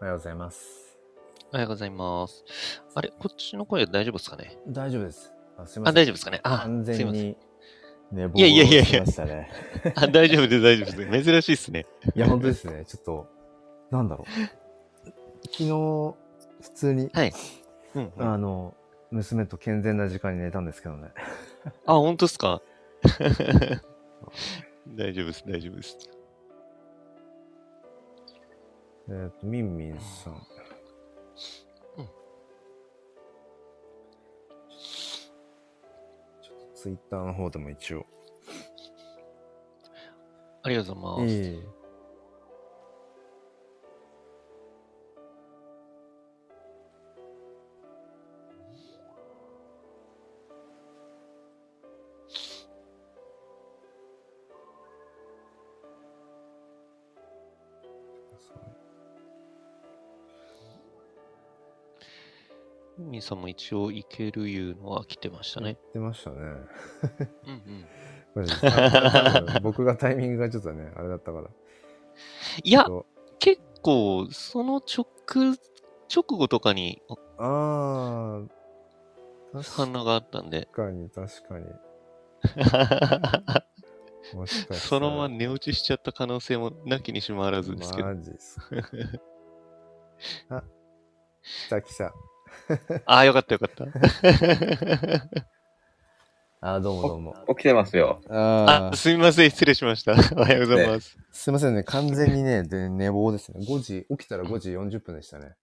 おはようございます。おはようございます。あれ、こっちの声大丈夫ですかね大丈夫です。あ、すいません。あ、大丈夫ですかねあ、完すい全ません。に寝坊いやいやいやいやしましたね。 あ、大丈夫です、大丈夫です。珍しいですね。いや、本当ですね。ちょっ と、なんだろう。昨日、普通に、はい。うん、うん。ああ、の、娘と健全な時間に寝たんですけどね。本当ですか 大丈夫です、大丈夫です。えっ、と、みんみんさん。うんちょっとツイッターの方でも一応。ありがとうございます。ええミミさんも一応いけるいうのは来てましたね。出ま したね。うんうん。これ多分僕がタイミングがちょっとね、あれだったから。いや、そう結構、その直、直後とかにああ、反確応があったんで、かに確かに。もしかしたらそのまま寝落ちしちゃった可能性もなきにしもあらずですけど。マジっすか。あ、来た来た。ああ、よかったよかった。あ、どうもどうも。起きてますよ。ああ、すみません、失礼しました。 おはようございます。すいませんね。完全にね、で寝坊ですね。5時、起きたら5時40分でしたね。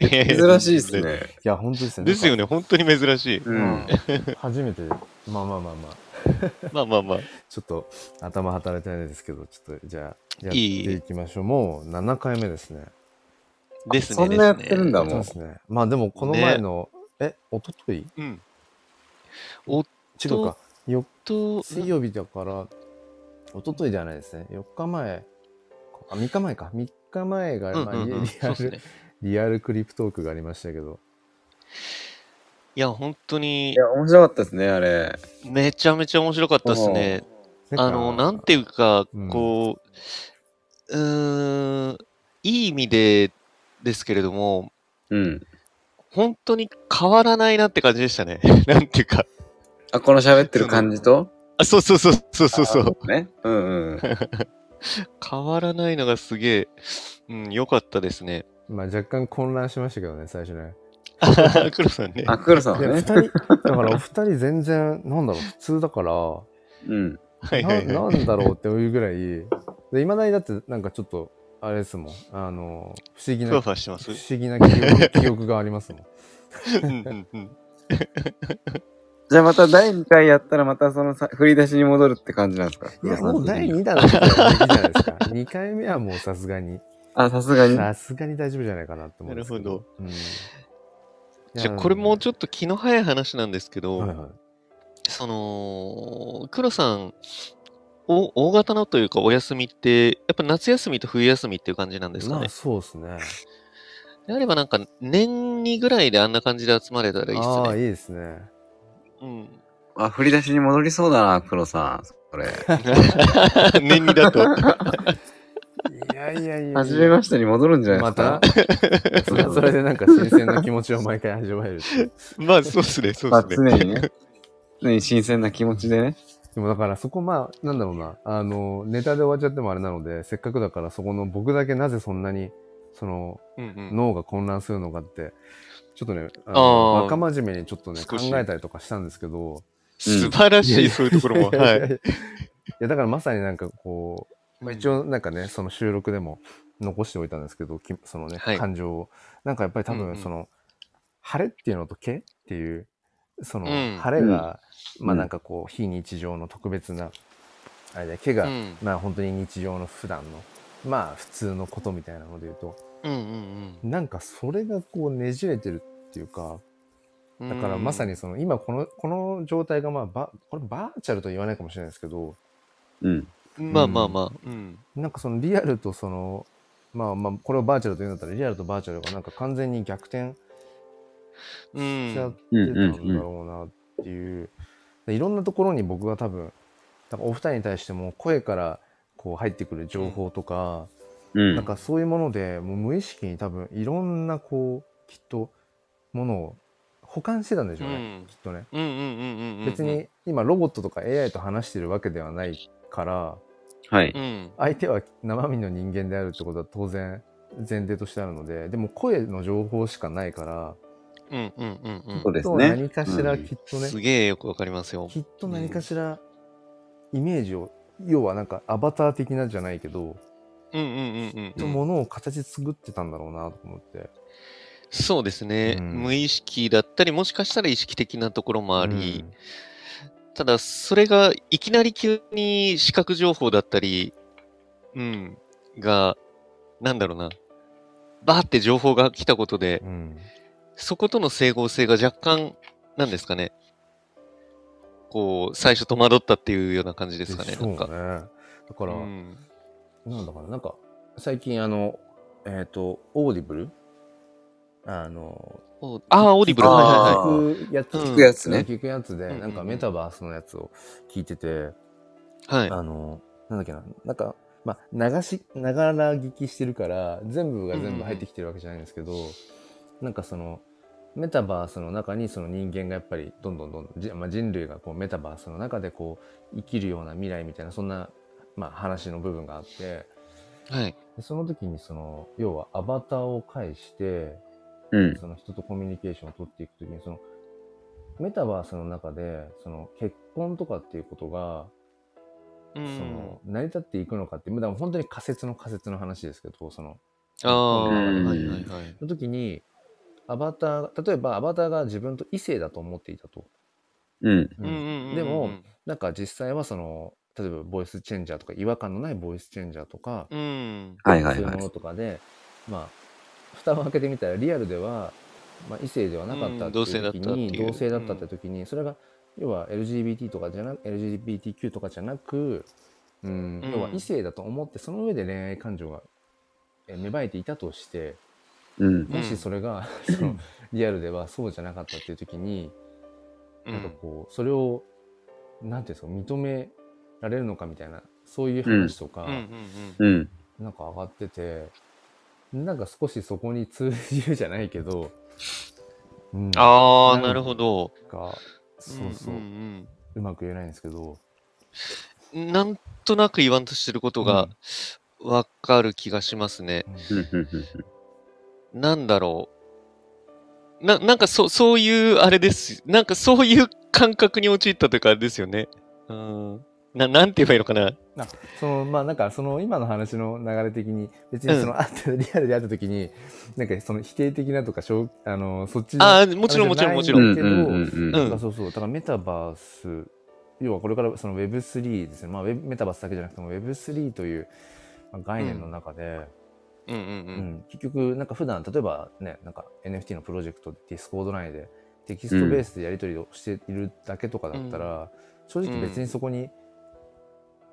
珍しいです。ね。いや、本当ですね。ですよね。ね、本当に珍しい。うん。初めて、まあまあまあまあ、まあまあまあ。ちょっと頭働いてないですけど、ちょっとじゃあ、やっていいいきましょう。もう7回目ですね。ですね。そんなやってるんだそうもでん。すね。まあでも、この前の、え、おとといですねうん。おっ違うか。よと、水曜日だから、おとといじゃないですね。4日前、あ、3日前か。3日前が、うんまあ、うリんうん、リそアうですル、ね。リアルクリプトークがありましたけど。いや、本当にい、や、面白かったですね、あれ。めちゃめちゃ面白かったですね。あの、なんていうかうん、こう、うーん、いい意味でですけれども、うん。本当に変わらないなって感じでしたね。 なんていうか。あ、この喋ってる感じとあ、そうそうそうそうそうそう。う。ね。うんうん。変わらないのがすげえ、うん、良かったですね。 まあ若干混乱しましたけどね、最初ね。 黒さんね。あ、黒さんいや、二ね。人、だからお二人全然、なんだろう、普通だから、うん。はいはないはなんだろうっていうぐらい、いまだにだってなんかちょっと、あれですもん、あの、不思議い。ふな、わ不ふわしてます。思議な記憶 記憶がありますもん。うんうん うんじゃあまた第2回やったらまたそのさ振り出しに戻るって感じなんですかいや、もう第2 2弾だったらいいじゃないです か。2回目はもうさすがに、あ、さすがに。さすがに大丈夫じゃないかなって思うんですけなるうんいやじゃあこれもちょっと気の早い話なんですけど、はいはいその黒さんお大型のというかお休みってやっぱ夏休みと冬休みっていう感じなんですかまねあ、そうですね。であればなんか年にぐらいであんな感じで集まれたらいいっすああ、いねいですね。うん、 あ、振り出しに戻りそうだな、黒さん。これ。年にだと いやいやいや。初めましてに戻るんじゃないでますか た、それはそれでなんか新鮮な気持ちを毎回味わえるっていう。まあそうっすねそうまあ、 っすね常にね。常に新鮮な気持ちでね。でもだからそこまあ、なんだろうな、あの、ネタで終わっちゃってもあれなので、せっかくだからそこの僕だけなぜそんなに、その、うんうん脳が混乱するのかって、ちょっとね、ああのーバカ真面目にちょっとね、考少しえたりとかしたんですけど、素晴らしいやいいやそういうところも いやはいやいやいいや、だからまさになんかこう、まあ、一応なんかね、その収録でも残しておいたんですけど、きそのね、はい感情を。なんかやっぱり多うんう分んその、晴れっていうのとけっていう、その、うん晴れが、うんまあなんかこう、非日常の特別な、あれで、けが、うんまあ本当に日常の普段の、まあ普通のことみたいなので言うと、うんうんなんかそれがこうねじれてるっていうか、うんだからまさににその今このこの状態がまあばこれバーチャルとは言わないかもしれないですけどうん。まあまあまあうんなんかそのリアルとそのまあまあこれをバーチャルと言うんだったらリアルとバーチャルがなんか完全に逆転うしちゃっんてたんだろうなっていうでいろんなところに僕が多分多分お二人に対しても声からこう入ってくる情報とか、うんなんかそういうものでもう無意識に多分いろんなこうきっとものを保管してたんでしょうね、うんきっとね。うんうんうんうんうんうん別に今ロボットとか AI と話してるわけではないからはい。うん相手は生身の人間であるってことは当然前提としてあるのででも声の情報しかないからうんうんうんうんそうできすっとね。何かしらうんきっとね、すげえよくわかりますよきっと何かしらイメージを要はなんかアバター的なじゃないけど、うんうんうんきっうとんうん物を形作ってたんだろうなと思って。そうですね、うん無意識だったりもしかしたら意識的なところもあり、ただそれがいきなり急に視覚情報だったり、うん、が、なんだろうな、バーって情報が来たことで、うん、うんそことの整合性が若干、なんですかね、こう、最初戸惑ったっていうような感じですかね、そうなねんか。だから、うんなんだかななんか最近あのえっ、とオーディブルあのおああ、オーディブル、あーはいはいはい。聞くやつうん聞くやつね聞くやつで、うんうんなんかメタバースのやつを聞いてて、はい。あのなんだっけななんかまあ流しながら聞きしてるから全部が全部入ってきてるわけじゃないんですけど、なんかそのメタバースの中にその人間がやっぱりどんどんどんどんじ、まあ、人類がこうメタバースの中でこう生きるような未来みたいなそんな、まあ、話の部分があって、はい。でその時にその要はアバターを介してうん。その人とコミュニケーションを取っていく時にそのメタバースの中でその結婚とかっていうことがうそんの。成り立っていくのかって、まだ本当に仮説の仮説の話ですけどそのああ、はういんはいはい。その時にアバター例えばアバターが自分と異性だと思っていたと、ううん。んうんうんでもなんか実際はその例えばボイスチェンジャーとか違和感のないボイスチェンジャーとか、うん。はいはそういいうはものとかで、まあ、蓋を開けてみたらリアルでは、まあ、異性ではなかったうんっていう時に、同同性性だだっったたっってて時に、それが要は LGBT とかじゃな LGBTQ とかじゃなく、うんうん要は異性だと思ってその上で恋愛感情がえー芽生えていたとしてい。うん。もしそれが、そのリアルではそうじゃなかったっていう時に、うなんかん。こうそれをなんていうんですか認められるのかみたいなそういう話とか。うんうんうん。なんか上がってて、なんか少しそこに通じるじゃないけど、うん、なんああ、なんなるほど。か、そうそう、んんうまく言えないんですけど、うんなんとなく言わんとしてることがわかる気がしますね。うん。なんだろう。な、なんかそ、そういう、あれです。なんかそういう感覚に陥ったというか、あれですよね。うん。な、なんて言えばいいのかな。なそのまあなんかその今の話の流れ的に別にその、あったリアルで会った時になんかその否定的なとかしょうあのそっちのああ、もちろん、もちろん、もちろ。うんん。うん。うなんんかそうそうだからメタバース要はこれからその Web3 ですね、まあ、ウェブメタバースだけじゃなくても Web3 というまあ概念の中で、うんう。うんん、結局なんか普段例えばねなんか NFT のプロジェクトでディスコード内でテキストベースでやり取りをしているだけとかだったら、正直別にそこに、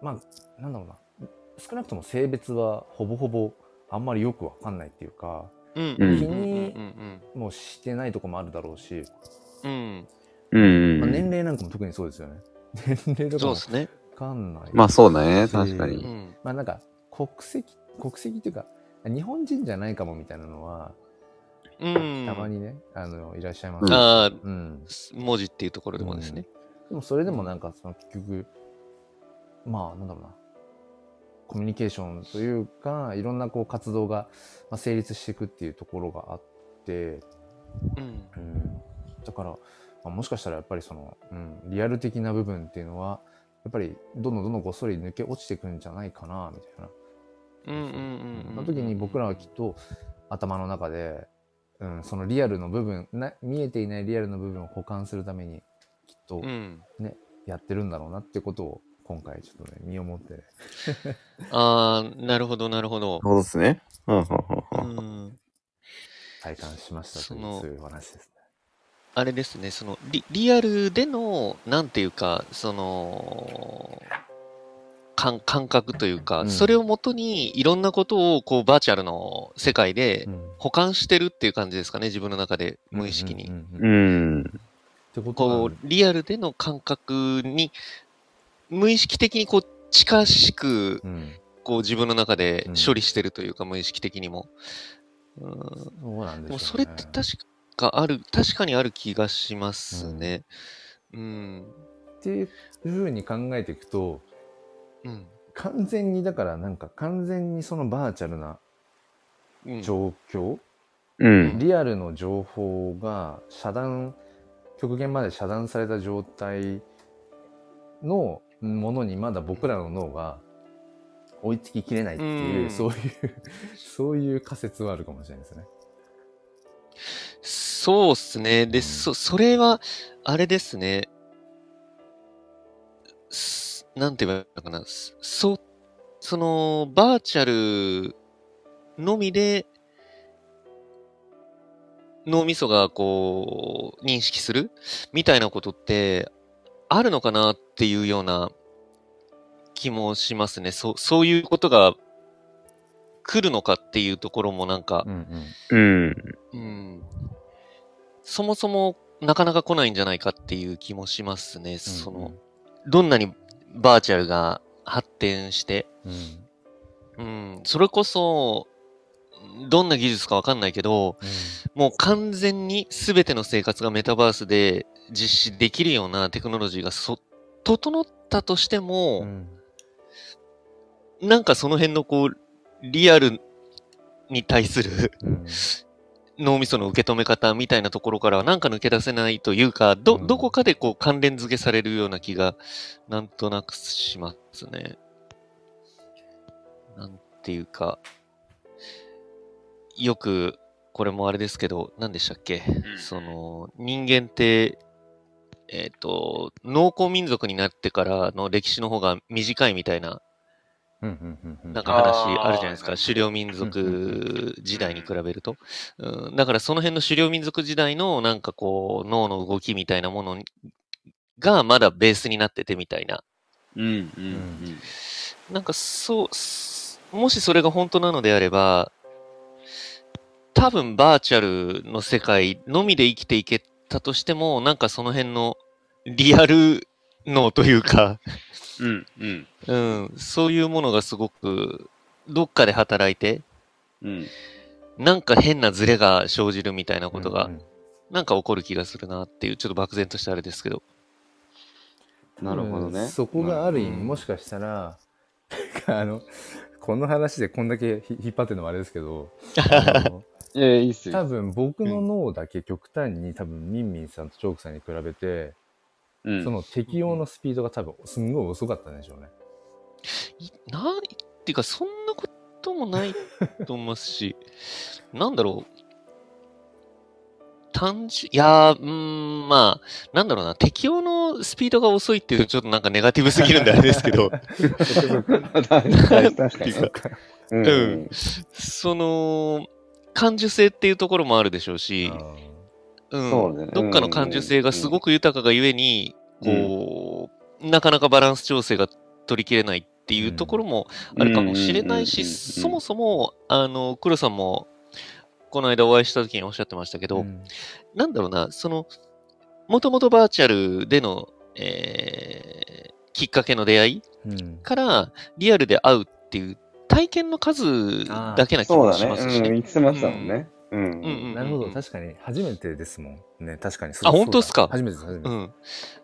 まあなんだろうな少なくとも性別はほぼほぼあんまりよくわかんないっていうかうんうん気にうんもうしてないとこもあるだろうし、うんうん。うん。まあ、年うん。齢なんかも特にそうですよね 年齢とかもそうでわすね。かんないまあそうだね。確かうに。ん。まあなんか国籍国籍っていうか日本人じゃないかもみたいなのはうん。たま。にね、あのいらっしゃいます、ああ、うん、文字っていうところでもですね。でもそれでもなんかその結局まあなんだろうなコミュニケーションというかいろんなこう活動がまあ成立していくっていうところがあって、うん。うん、だから、まあ、もしかしたらやっぱりその、うん、リアル的な部分っていうのはやっぱりどんどんどんどんごっそり抜け落ちていくんじゃないかなみたいな。うんうんうんうん。その時に僕らはきっと頭の中で、うん、そのリアルの部分な見えていないリアルの部分を補完するためにきっと、うん。やってるんだろうなってことを今回ちょっとね身をもってああ、なるほど、なるほど。そうですね。うん。うん。体感しましたというそのそういう話ですあれですね、そのリリアルでの、なんていうか、その、感感覚というか、うんそれをもとにいろんなことをこうバーチャルの世界でね。保管してるっていう感じですかね、自分の中で無意識に。うんうんうんうんうっん。てことこはう、リアルでの感覚に、無意識的にこう近しくうんこう自分の中でうん処理してるというか、無意識的にも。うんそうなんでですよ、ね。もそれって確かある、確かにある気がしますね。うん。っていうふうに考えていくと、うん。完全にだからなんか完全にそのバーチャルなうん。状況、うん。リアルの情報が遮断極限まで遮断された状態のものにまだ僕らの脳が追いつききれないっていう、うんそういうそういう仮説はあるかもしれないですね。そうっすね。うで、んそ、それは、あれですね。すなんて言えばいいのかな。すそ、その、バーチャルのみで、脳みそがこう、認識するみたいなことって、あるのかなっていうような気もしますね。そう、そういうことが来るのかっていうところもなんか、うんうんうん。うんそもそもなかなか来ないんじゃないかっていう気もしますね。その、どんなにバーチャルが発展して、うんうん、それこそ、どんな技術かわかんないけど、もう完全に全ての生活がメタバースで実施できるようなテクノロジーがそ整ったとしても、うんうんなんかその辺のこう、リアルに対するうん脳みその受け止め方みたいなところからはなんか抜け出せないというか、ど、うんどこかでこう関連付けされるような気がなんとなくしますね。なんていうか、よく、これもあれですけど、何でしたっけ、んその、人間って、えっ、と、農耕民族になってからの歴史の方が短いみたいなうんうんうんなんか話あーあるじゃないですはか。い狩猟民族時代に比べると。うん、だからその辺の狩猟民族時代のなんかこう脳の動きみたいなものにがまだベースになっててみたいな。うん。うんん。なんかそう、すもしそれが本当なのであれば、多分バーチャルの世界のみで生きていけたとしても、なんかその辺のリアル脳というか、うん。うん。うん、そういうものがすごくどっかで働いて、うん。なんか変なズレが生じるみたいなことが、うんなんか起こる気がするなっていう、ちょっと漠然としたあれですけど。なるほどうね。んそこがある意味、うんもしかしたら、なんかあの、この話でこんだけひ引っ張ってるのもあれですけど、あのいや、いいっす多よ。分僕の脳だけ極端に多分ミンミンさんとチョークさんに比べて、うんそ の適応のスピードが多分すんごい遅かったんでしょうね。いないっていうか、そんなこともないと思いますし、 なんだろう。単純、いやー、うーん、まあ、なんだろうな、適応のスピードが遅いっていうと、ちょっとなんかネガティブすぎるんであれですけど、 確かっていにう。か、ううん。その、感受性っていうところもあるでしょうし、うんそうねどっかの感受性がすごく豊かがゆえに、こう、なかなかバランス調整が取りきれないっていうところもあるかもしれないし、そもそも、あの、黒さんも、この間お会いした時におっしゃってましたけど、うんなんだろうな、その、もともとバーチャルでの、えーきっかけの出会いうんから、リアルで会うっていう体験の数だけな気そうもだしますね。うん。し、言ってましたもんね。うん。うんうんなるほど、確かに初めてですもんね、確かにそう。あ本当っすかそうだ初めてです、初めてう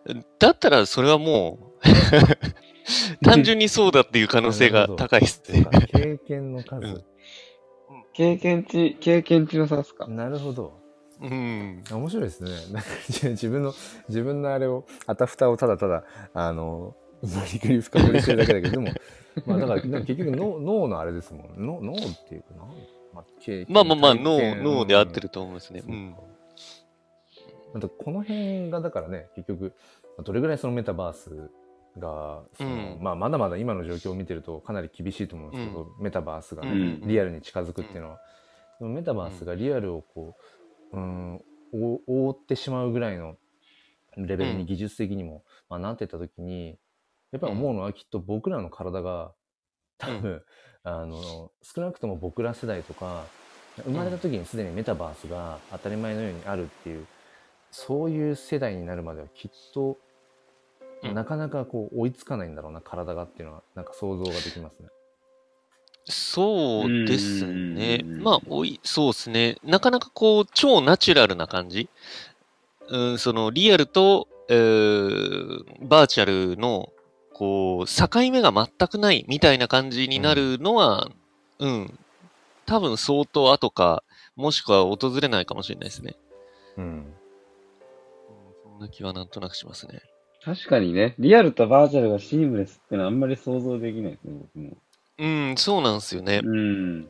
です。ん。だったら、それはも う、単純にそうだっていう可能性が高いですそねう。か経験の数。うん経験値、経験値の差っすか。なるほど。うん。面白いですね。 なんかじ自分の、自分のあれを、あたふたをただただ、あの、無理くり深掘りしてるだけだけど、でも、まあだから、でも結局脳脳のあれですもん。脳脳っていうかな、まあ経験まあまあまあ、体脳、験脳で合ってると思いますね。そううかん。あと、この辺がだからね、結局、まあどれぐらいそのメタバースが、そのうんまあまだまだ今の状況を見てるとかなり厳しいと思うんですけど、メタバースがね、うんリアルに近づくっていうのは、でもメタバースがリアルをこう、うん、お覆ってしまうぐらいのレベルうんに技術的にも、まあ、なってった時にやっぱり思うのはきっと僕らの体が多分、 あの少なくとも僕ら世代とか生まれた時にすでにメタバースが当たり前のようにあるっていうそういう世代になるまではきっと、うんなかなかこう追いつかないんだろうな体がっていうのはなんか想像ができますね。そうですね。うんまあ、おい、そうですね。なかなかこう、超ナチュラルな感じ。うん、その、リアルと、えーバーチャルの、こう、境目が全くないみたいな感じになるのは、うん、多分相当後か、もしくは訪れないかもしれないですね。うん。うんそんな気はなんとなくしますね。確かにね、リアルとバーチャルがシームレスってのはあんまり想像できないですね、僕も。うん、そうなんですよね。うん。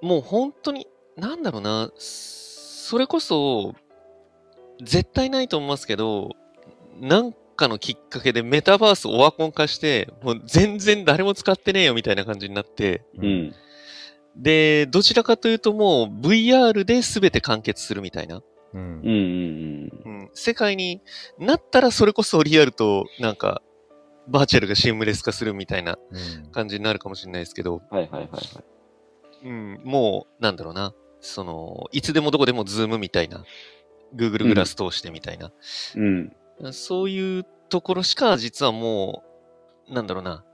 もう本当に、なんだろうな、それこそ、絶対ないと思いますけど、なんかのきっかけでメタバースオワコン化して、もう全然誰も使ってねえよみたいな感じになって、う。ん。で、どちらかというともう VR で全て完結するみたいな。う。うんうんんうん、世界になったらそれこそリアルとなんか、バーチャルがシームレス化するみたいな感じになるかもしれないですけど、うん。はいはいはいはい。うん、もう、なんだろうな。その、いつでもどこでもズームみたいな。Google グラス通してみたいな。うん。そういうところしか実はもう、なんだろうな。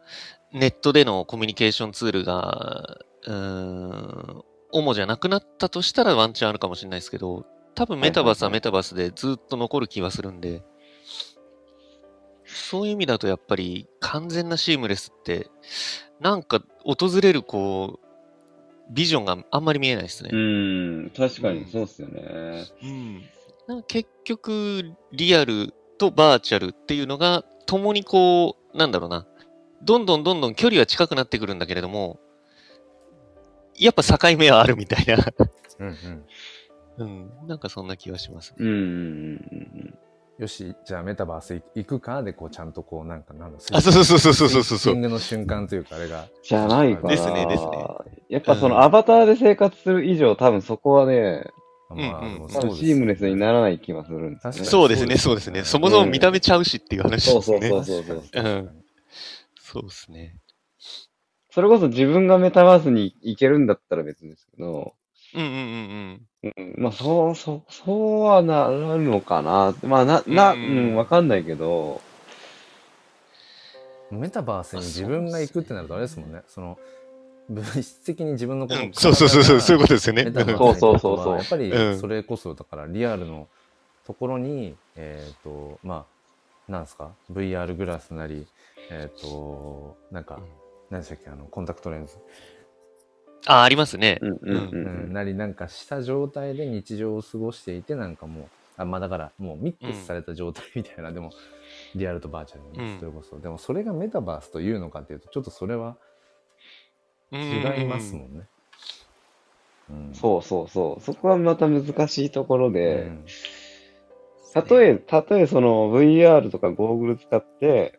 ネットでのコミュニケーションツールが、うーん、主じゃなくなったとしたらワンチャンあるかもしれないですけど、多分メタバースはメタバースでずっと残る気はするんで、そういう意味だとやっぱり完全なシームレスって、なんか訪れるこう、ビジョンがあんまり見えないですね。うん。確かにそうっすよね。うん、なんか結局リアルとバーチャルっていうのが共にこうなんだろうなどんどんどんどん距離は近くなってくるんだけれどもやっぱ境目はあるみたいな、うんうん。うん、なんかそんな気はしますうんうんうんよし、じゃあメタバースい行くかで、こう、ちゃんとこう、なんか、なんだ、あそうそうそうそうそうそうスイングの瞬間というか、あれが。じゃないかな。ですねですね。やっぱそのアバターで生活する以上、多分そこはね、あうんうんでも多そう分ですシームレスにならない気がするんです確かにそうですねそうですねそもそも見た目ちゃうしっていう話ですねそうそうそうそう確かに確かにそうですねそれこそ自分がメタバースに行けるんだったら別ですけど、うんうんうんうんまあ、そう、そう、そうはなるのかな。まあ、な、な、ううんん、わかんないけど、メタバースに自分が行くってなるとあれですもんね。その、物質的に自分のこうとん、うん、そうそうそうそうそういうことですよねメタバうースんに行くそうそうそうそうやっぱりうんそれこそだからリアルのところに、えっ、と、まあ、なんですか ?VR グラスなり、えっ、と、なんか、何でしたっけあの、コンタクトレンズ、あありますねうん、うん、ううんん、なりなんかした状態で日常を過ごしていて、なんかもう、あ、まあだからもうミックスされた状態みたいな、でも、リアルとバーチャルうんに、それこそ。でもそれがメタバースというのかっていうと、ちょっとそれはうん違いますもんね。うんそうそうそう。そこはまた難しいところうで、んたとえ、たとえその VR とかゴーグル使って、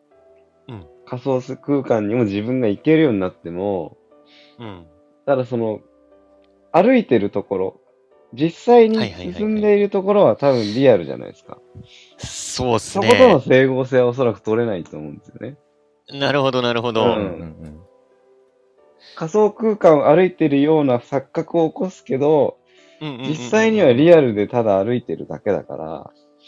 うん仮想空間にも自分が行けるようになっても、うんただその、歩いてるところ、実際にはいはいはいはい進んでいるところは多分リアルじゃないですか。そうですそことのね整合性はおそらく取れないと思うんですよね。なるほどなるほど、うんんうん仮想空間を歩いてるような錯覚を起こすけど、実実際にはリアルでただ歩いてるだけだから、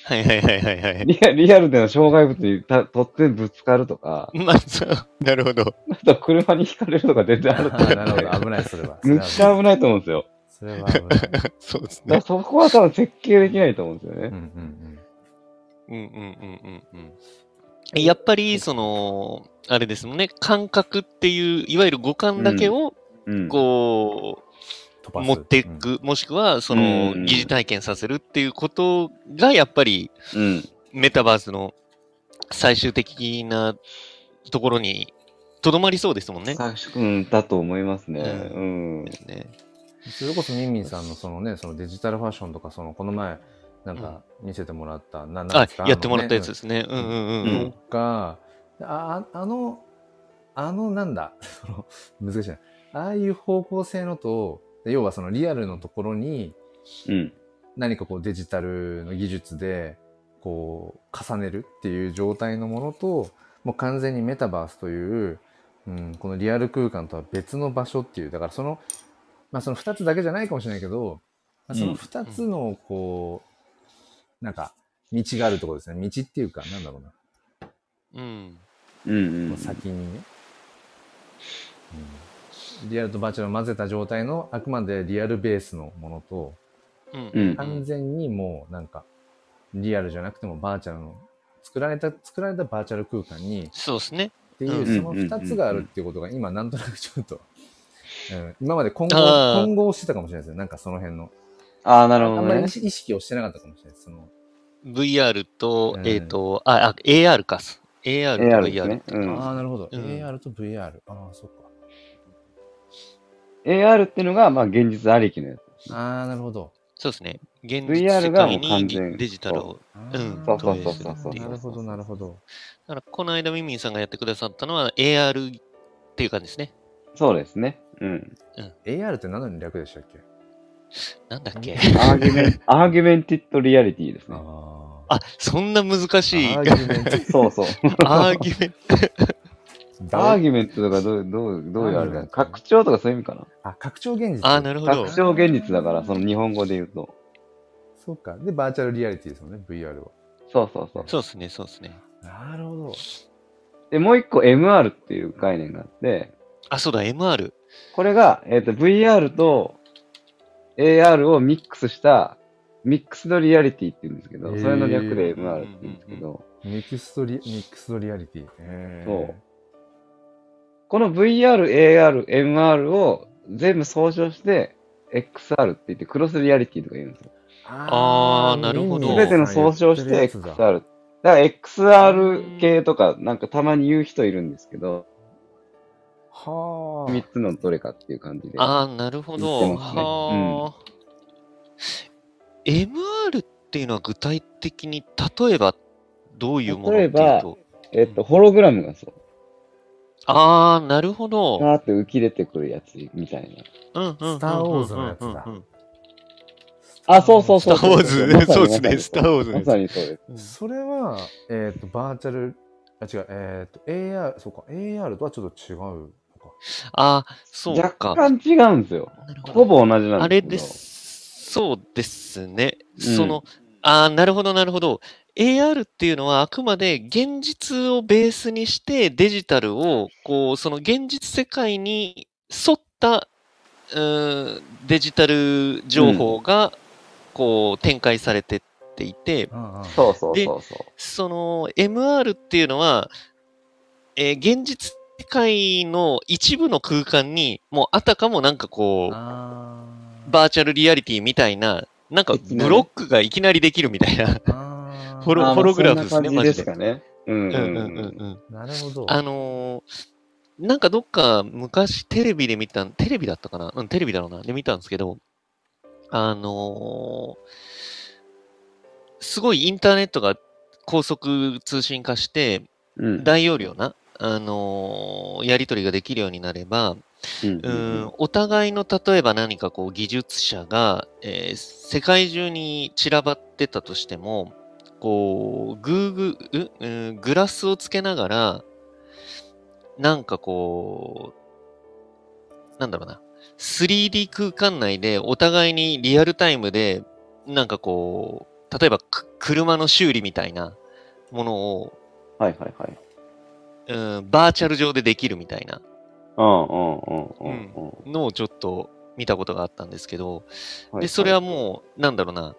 はいはいはいはいはい。リアリアルでの障害物にた突然ぶつかるとか、まあ、そう、なるほど。あとは車にひかれるとか全然あるとあ思うなるほど、危ない、それ は。むっちゃ危ないと思うんですよ。それは危ない。そうですだからね。そこは多分設計できないと思うんですよねうん。うんうんうんうんうんうん。やっぱり、その、あれですもんね、感覚っていう、いわゆる五感だけを、うんこう、持ってい。うん飛ばすく、もしくは、その、うん疑似体験させるっていうことが、やっぱり、うん。メタバースの最終的なところに、とどまりそうですもんね。作詞君だと思いますね。ううん。ねうんそれこそミンミンさんのそのね、そのデジタルファッションとか、そのこの前、なんか見せてもらった、ななんあですか、やってもらったやつでか。すね。うんうんうんあうのねんと。か、あああの、あのなんだ、その 難しいな。ああいう方向性のと、要はそのリアルのところにうん。何かこうデジタルの技術でこう重ねるっていう状態のものともう完全にメタバースという、うん、このリアル空間とは別の場所っていうだからその,、まあ、その2つだけじゃないかもしれないけど、まあ、その2つのこう、なんか道があるところですね道っていうかなんだろうな、うんうんうんこう先にね、リアルとバーチャルを混ぜた状態の、あくまでリアルベースのものと、うんうん完全にもうなんか、リアルじゃなくてもバーチャルの、作られた、作られたバーチャル空間に、っそうですね。ていうう、んその2つがあるっていうことが、今なんとなくちょっと、 うん、今まで混合、あー混合してたかもしれないですね。なんかその辺の。ああ、なるあほどんまりね意。識をしてなかったかもしれないです。その VR とう、んえっ、と、あ、あ、AR か。AR と AR です VR ね。うんああ、なるほど。うん AR と VR。ああ、そっか。 AR ってのが、まあ、現実ありきのやつ。ああ、なるほど。そうですね。現実 VR 世がも界う完全にデジタルを。うんそうそうそうそうそうなるほど、なるほど。だから、この間ミミンさんがやってくださったのは AR っていう感じですね。そうですね。うん。 AR って何の略でしたっけなんだっけ。アーギュメ ンアーギュメンティッドリアリティですね。ああ。あ、そんな難しいア。ーギュメント。そ う そう。アーギュメント。アーギュメントとかどう、どう、どういうアあれーギュメンか。ト拡張とかそういう意味かな。あ、拡張現実。あ、なるほど拡。張現実だから、その日本語で言うと。そうか。で、バーチャルリアリティですもんね、VR は。そうそうそう。そうですね、そうですね。なるほど。で、もう一個 MR っていう概念があって、あ、そうだ、MR。これが、えっ、と、VR と AR をミックスした、ミックスドリアリティって言うんですけど、へーそれの略で MR って言うんですけど、ミキストリ、ミックスドリアリティ。へーそうこの VR、AR、MR を全部総称して、XR って言って、クロスリアリティとか言うんですよ。あーなるほどすべての総称してやってるやつだ XR。だから XR 系とか、なんかたまに言う人いるんですけど、は3つのどれかっていう感じで。あーなるほ言ど。ってますねはあ。MR っていうのは具体的に、例えば、どういうものっていう例えばと。えっと、ホログラムがそう。あーなるほど。パーって浮き出てくるやつみたいな。うんうんうんうんうんうんスターウォーズのやつだあ。あ、そうそうそう。スターウォーズまさにそうですねまさにスターウォーズですまさにそうです。それは、えっ、と、バーチャル、あ、違う、えっ、と、AR、そうか、AR とはちょっと違うのか。あ、そうか。若干違うんですよ。なるほどほぼ同じなんですけど。あれです。そうですね。うんその、あーなるほど、なるほど。AR っていうのはあくまで現実をベースにしてデジタルを、こう、その現実世界に沿った、うーんデジタル情報が、こう、展開されてっていて、うんうんそうそうそうそその MR っていうのは、えー現実世界の一部の空間に、もうあたかもなんかこう、あーバーチャルリアリティみたいな、なんかいきなブりロックがいきなりできるみたいな。あーホう。ロあーホログラムですねまあそんな感じですかね。ううんうんんうんううんんうん。なるほど。あのーなんかどっか昔テレビで見た、テレビだったかなうん、テレビだろうな。で見たんですけど、あのーすごいインターネットが高速通信化して、うん。大容量な、あのーやり取りができるようになれば、うんうーんお互いの例えば何かこう技術者が、えー世界中に散らばってたとしても、こう、グーグううーんグラスをつけながら、なんかこう、なんだろうな、3D 空間内でお互いにリアルタイムで、なんかこう、例えばく車の修理みたいなものを、はいはいはい。うん、バーチャル上でできるみたいなうんうんうんうんうん。のをちょっと見たことがあったんですけど、いいで、それはもう、なんだろうな、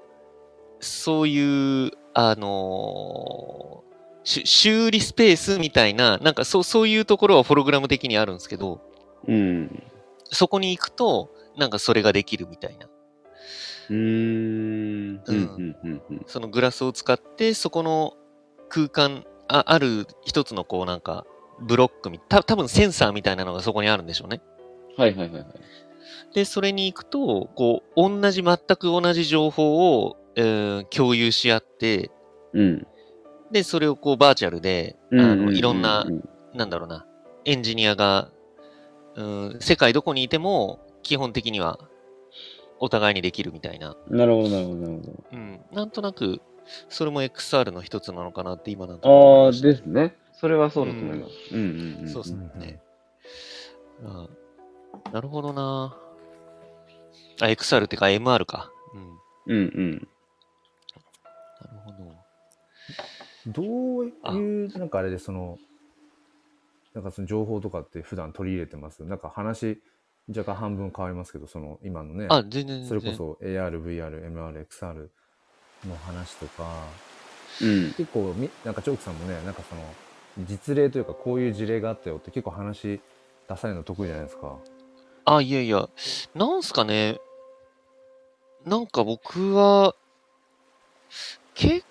そういう、あのーし修理スペースみたいな、なんかそう、そういうところはフォログラム的にあるんですけど、うん。そこに行くと、なんかそれができるみたいな。うーん。うんうんうんうん。そのグラスを使って、そこの空間、あある一つのこうなんか、ブロックみ、た多分センサーみたいなのがそこにあるんでしょうね。はいはいはいはい。で、それに行くと、こう、同じ、全く同じ情報を、えー共有し合って、うん。で、それをこう、バーチャルで、あうんうんうのういろんな、なんだろうな、エンジニアが、うん、世界どこにいても、基本的には、お互いにできるみたいな。なるほどなるほどなるほど。うん。なんとなく、それも XR の一つなのかなって、今なんとなく思いああまー、したですね。それはそうだと思います。うんうんうん。そうですうんね。あなるほどな。あ、XR ってか MR か。うん。うんうん。なるほどど。ういう、なんかあれで、その、なんかその情報とかって普段取り入れてますなんか話、若干半分変わりますけど、その今のね、あ、全然全然。それこそ AR、VR、MR、XR の話とか、うん。結構み、なんかチョークさんもね、なんかその、実例というかこういう事例があったよって結構話出されるの得意じゃないですか。あ、いやいや、なんすかね。なんか僕は、け、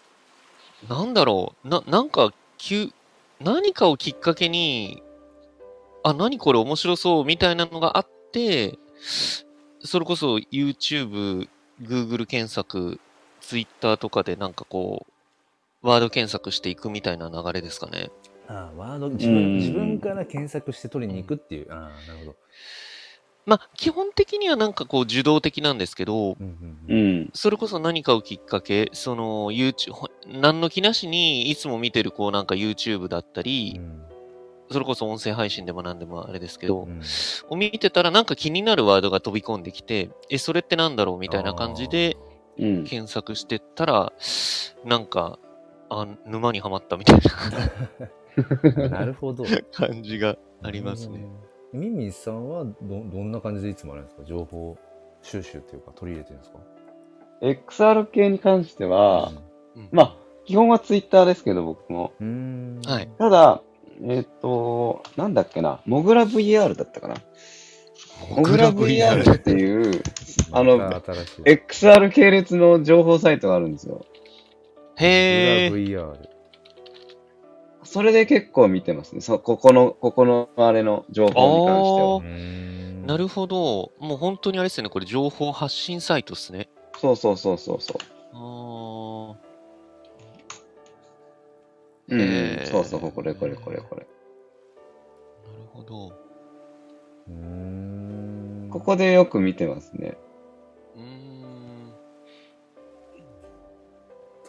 なんだろう。な、なんか、急、何かをきっかけに、あ、何これ面白そうみたいなのがあって、それこそ YouTube、Google 検索、Twitter とかでなんかこう、ワード検索していくみたいな流れですかね。ああ、ワード、自うん分、自分から検索して取りに行くっていう。ああ、なるほど。まあ、基本的にはなんかこう受動的なんですけど、うんうんうんうん。それこそ何かをきっかけ、その YouTube、ほ何の気なしにいつも見てるこうなんか YouTube だったり、それこそ音声配信でも何でもあれですけどう、んを見てたらなんか気になるワードが飛び込んできて、え、それってなんだろうみたいな感じでうん。検索してったら、なんか、あ、沼にはまったみたいなあ ーなるほど。感じがありますね。うん。ミミさんはどどんな感じでいつもあれですか情報収集っていうか取り入れてるんですか XR 系に関しては、まあ、基本は Twitter ですけど、僕も。うん。うーんはい。ただ、えっ、と、なんだっけな、モグラ VR だったかな。モグラ VR っていう、あのまた新しい。 XR 系列の情報サイトがあるんですよ。へー。 VR。それで結構見てますね。そここの、ここのあれの情報に関してはあ。なるほど。もう本当にあれですよね。これ情報発信サイトですね。そうそうそうそうそう。あー。うん、えーそうそう、これこれこれこれ。なるほど。うーんここでよく見てますね。うーん。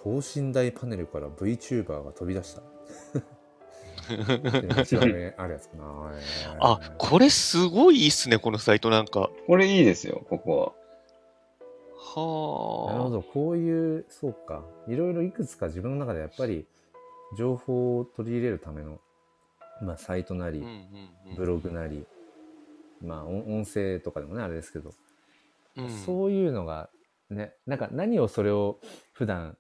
等身大パネルから VTuber が飛び出 した。っていうのが一番上あるやつかな。あ、これすごいいいっすね、このサイトなんか。はこれいいですよ、ここなるほあ。ど。こういう、そうか。いろいろいくつか自分の中でやっぱり情報を取り入れるための、まあ、サイトなり、うんうんうんブログなり、まあ、音音声とかでもね、あれですけど、うんそういうのが、ね、なんか何をそれを普段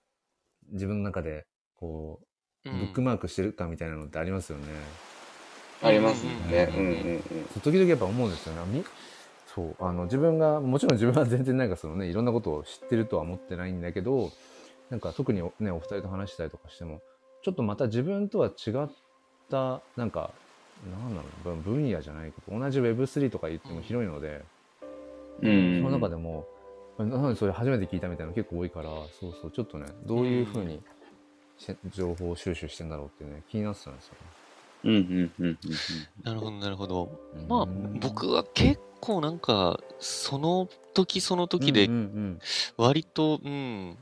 自分の中で、こう、うブんックマークしてるかみたいなのってありますよね。は。ありますね。ううんんううんんうんうん。そう時々やっぱ思うんですよね。みそう、あの、自分が、もちろん自分は全然なんかそのね、いろんなことを知ってるとは思ってないんだけど、なんか特におね、お二人と話したりとかしても、ちょっとまた自分とは違った、なんか、なんだろうな、分分野じゃないけど、同じ Web3 とか言っても広いので、うん、その中でも、なんでそれ初めて聞いたみたいなの結構多いから、そうそう、ちょっとね、どういうふうにし、情報収集してんだろうってね、気になってたんですようんうんうんうんなるほど、なるほど。ね。まあうん、僕は結構なんか、その時その時うでん、うん割と、うん、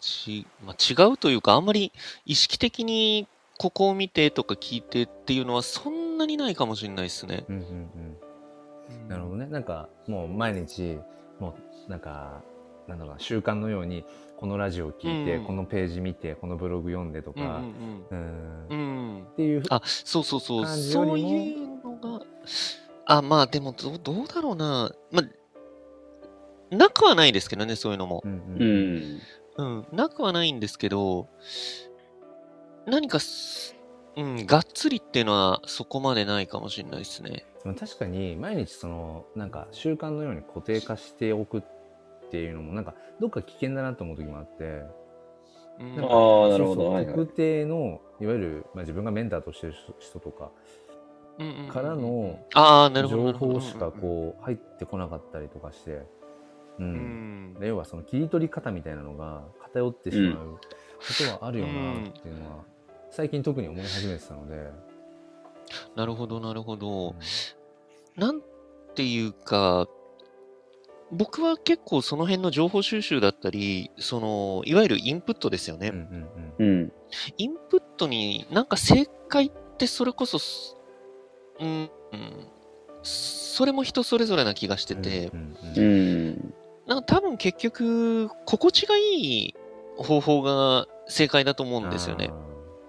ち、まあ、違うというか、あんまり意識的にここを見てとか聞いてっていうのはそんなにないかもしれないですね。うん、うんうんうん。なるほどね。なんか、もう毎日、もう、なんか、なんだろうな、習慣のように、このラジオを聞いて、うんこのページ見て、このブログ読んでとうんうか、んうん、うっん。うん。ていう、あ、そうそうそう、感じよりそもういうのが、あ、まあでもどう、どうだろうな、まあ、なくはないですけどね、そういうのもう。んうん。うん。うん、なくはないんですけど、何かす、うん、がっつりっていうのはそこまでないかもしれないですね。うん、確かに、毎日その、なんか、習慣のように固定化しておくっていうのも、なんか、どっか危険だなと思う時もあって、うん、なんかああ、なるほそうど。そうはいはい特。定の、いわゆる、まあ、自分がメンターとしてる人とか、うんうんうんからのああ、なるほど情なるほど。報しかこう、入ってこなかったりとかして、ううんん、で要はその切り取り方みたいなのが偏ってしまううことはあるよなっていうのは、最近特に思い始めてたので、なるほど、なるほど。なんていうか、僕は結構その辺の情報収集だったり、その、いわゆるインプットですよね。うんうんうん。インプットになんか正解ってそれこそす、うん、うんそれも人それぞれな気がしてうんて、うんうんううんん。なんか多分結局、心地がいい方法が正解だと思うんですよね。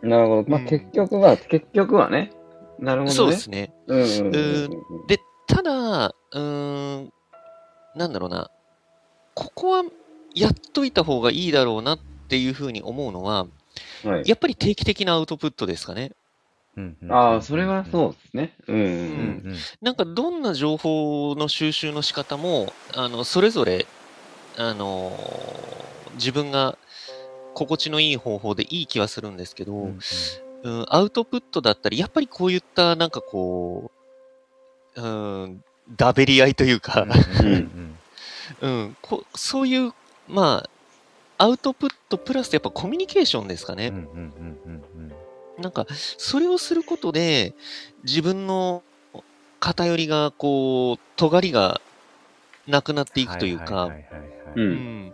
なるほど。まあ、うん結局は、結局はね。なるほどね。そうですね。うんうんうんうん。で、多ただ、うーん、なんだろうな、ここはやっといた方がいいだろうなっていうふうに思うのは、はい。やっぱり定期的なアウトプットですかね。うんうんああ、それはそうですね。うんうんううんん。うんなんかどんな情報の収集の仕方も、あの、それぞれ、あのー自分が心地のいい方法でいい気はするんですけど、うんうんうん、アウトプットだったり、やっぱりこういったなんかこう、うん、ダベり合いというか、うんうん、こそういう、まあ、アウトプットプラスやっぱコミュニケーションですかうんね。うんうんうんなんか、それをすることで、自分の偏りが、こう、尖りがなくなっていくというはかは、いはいはいはう。いうんん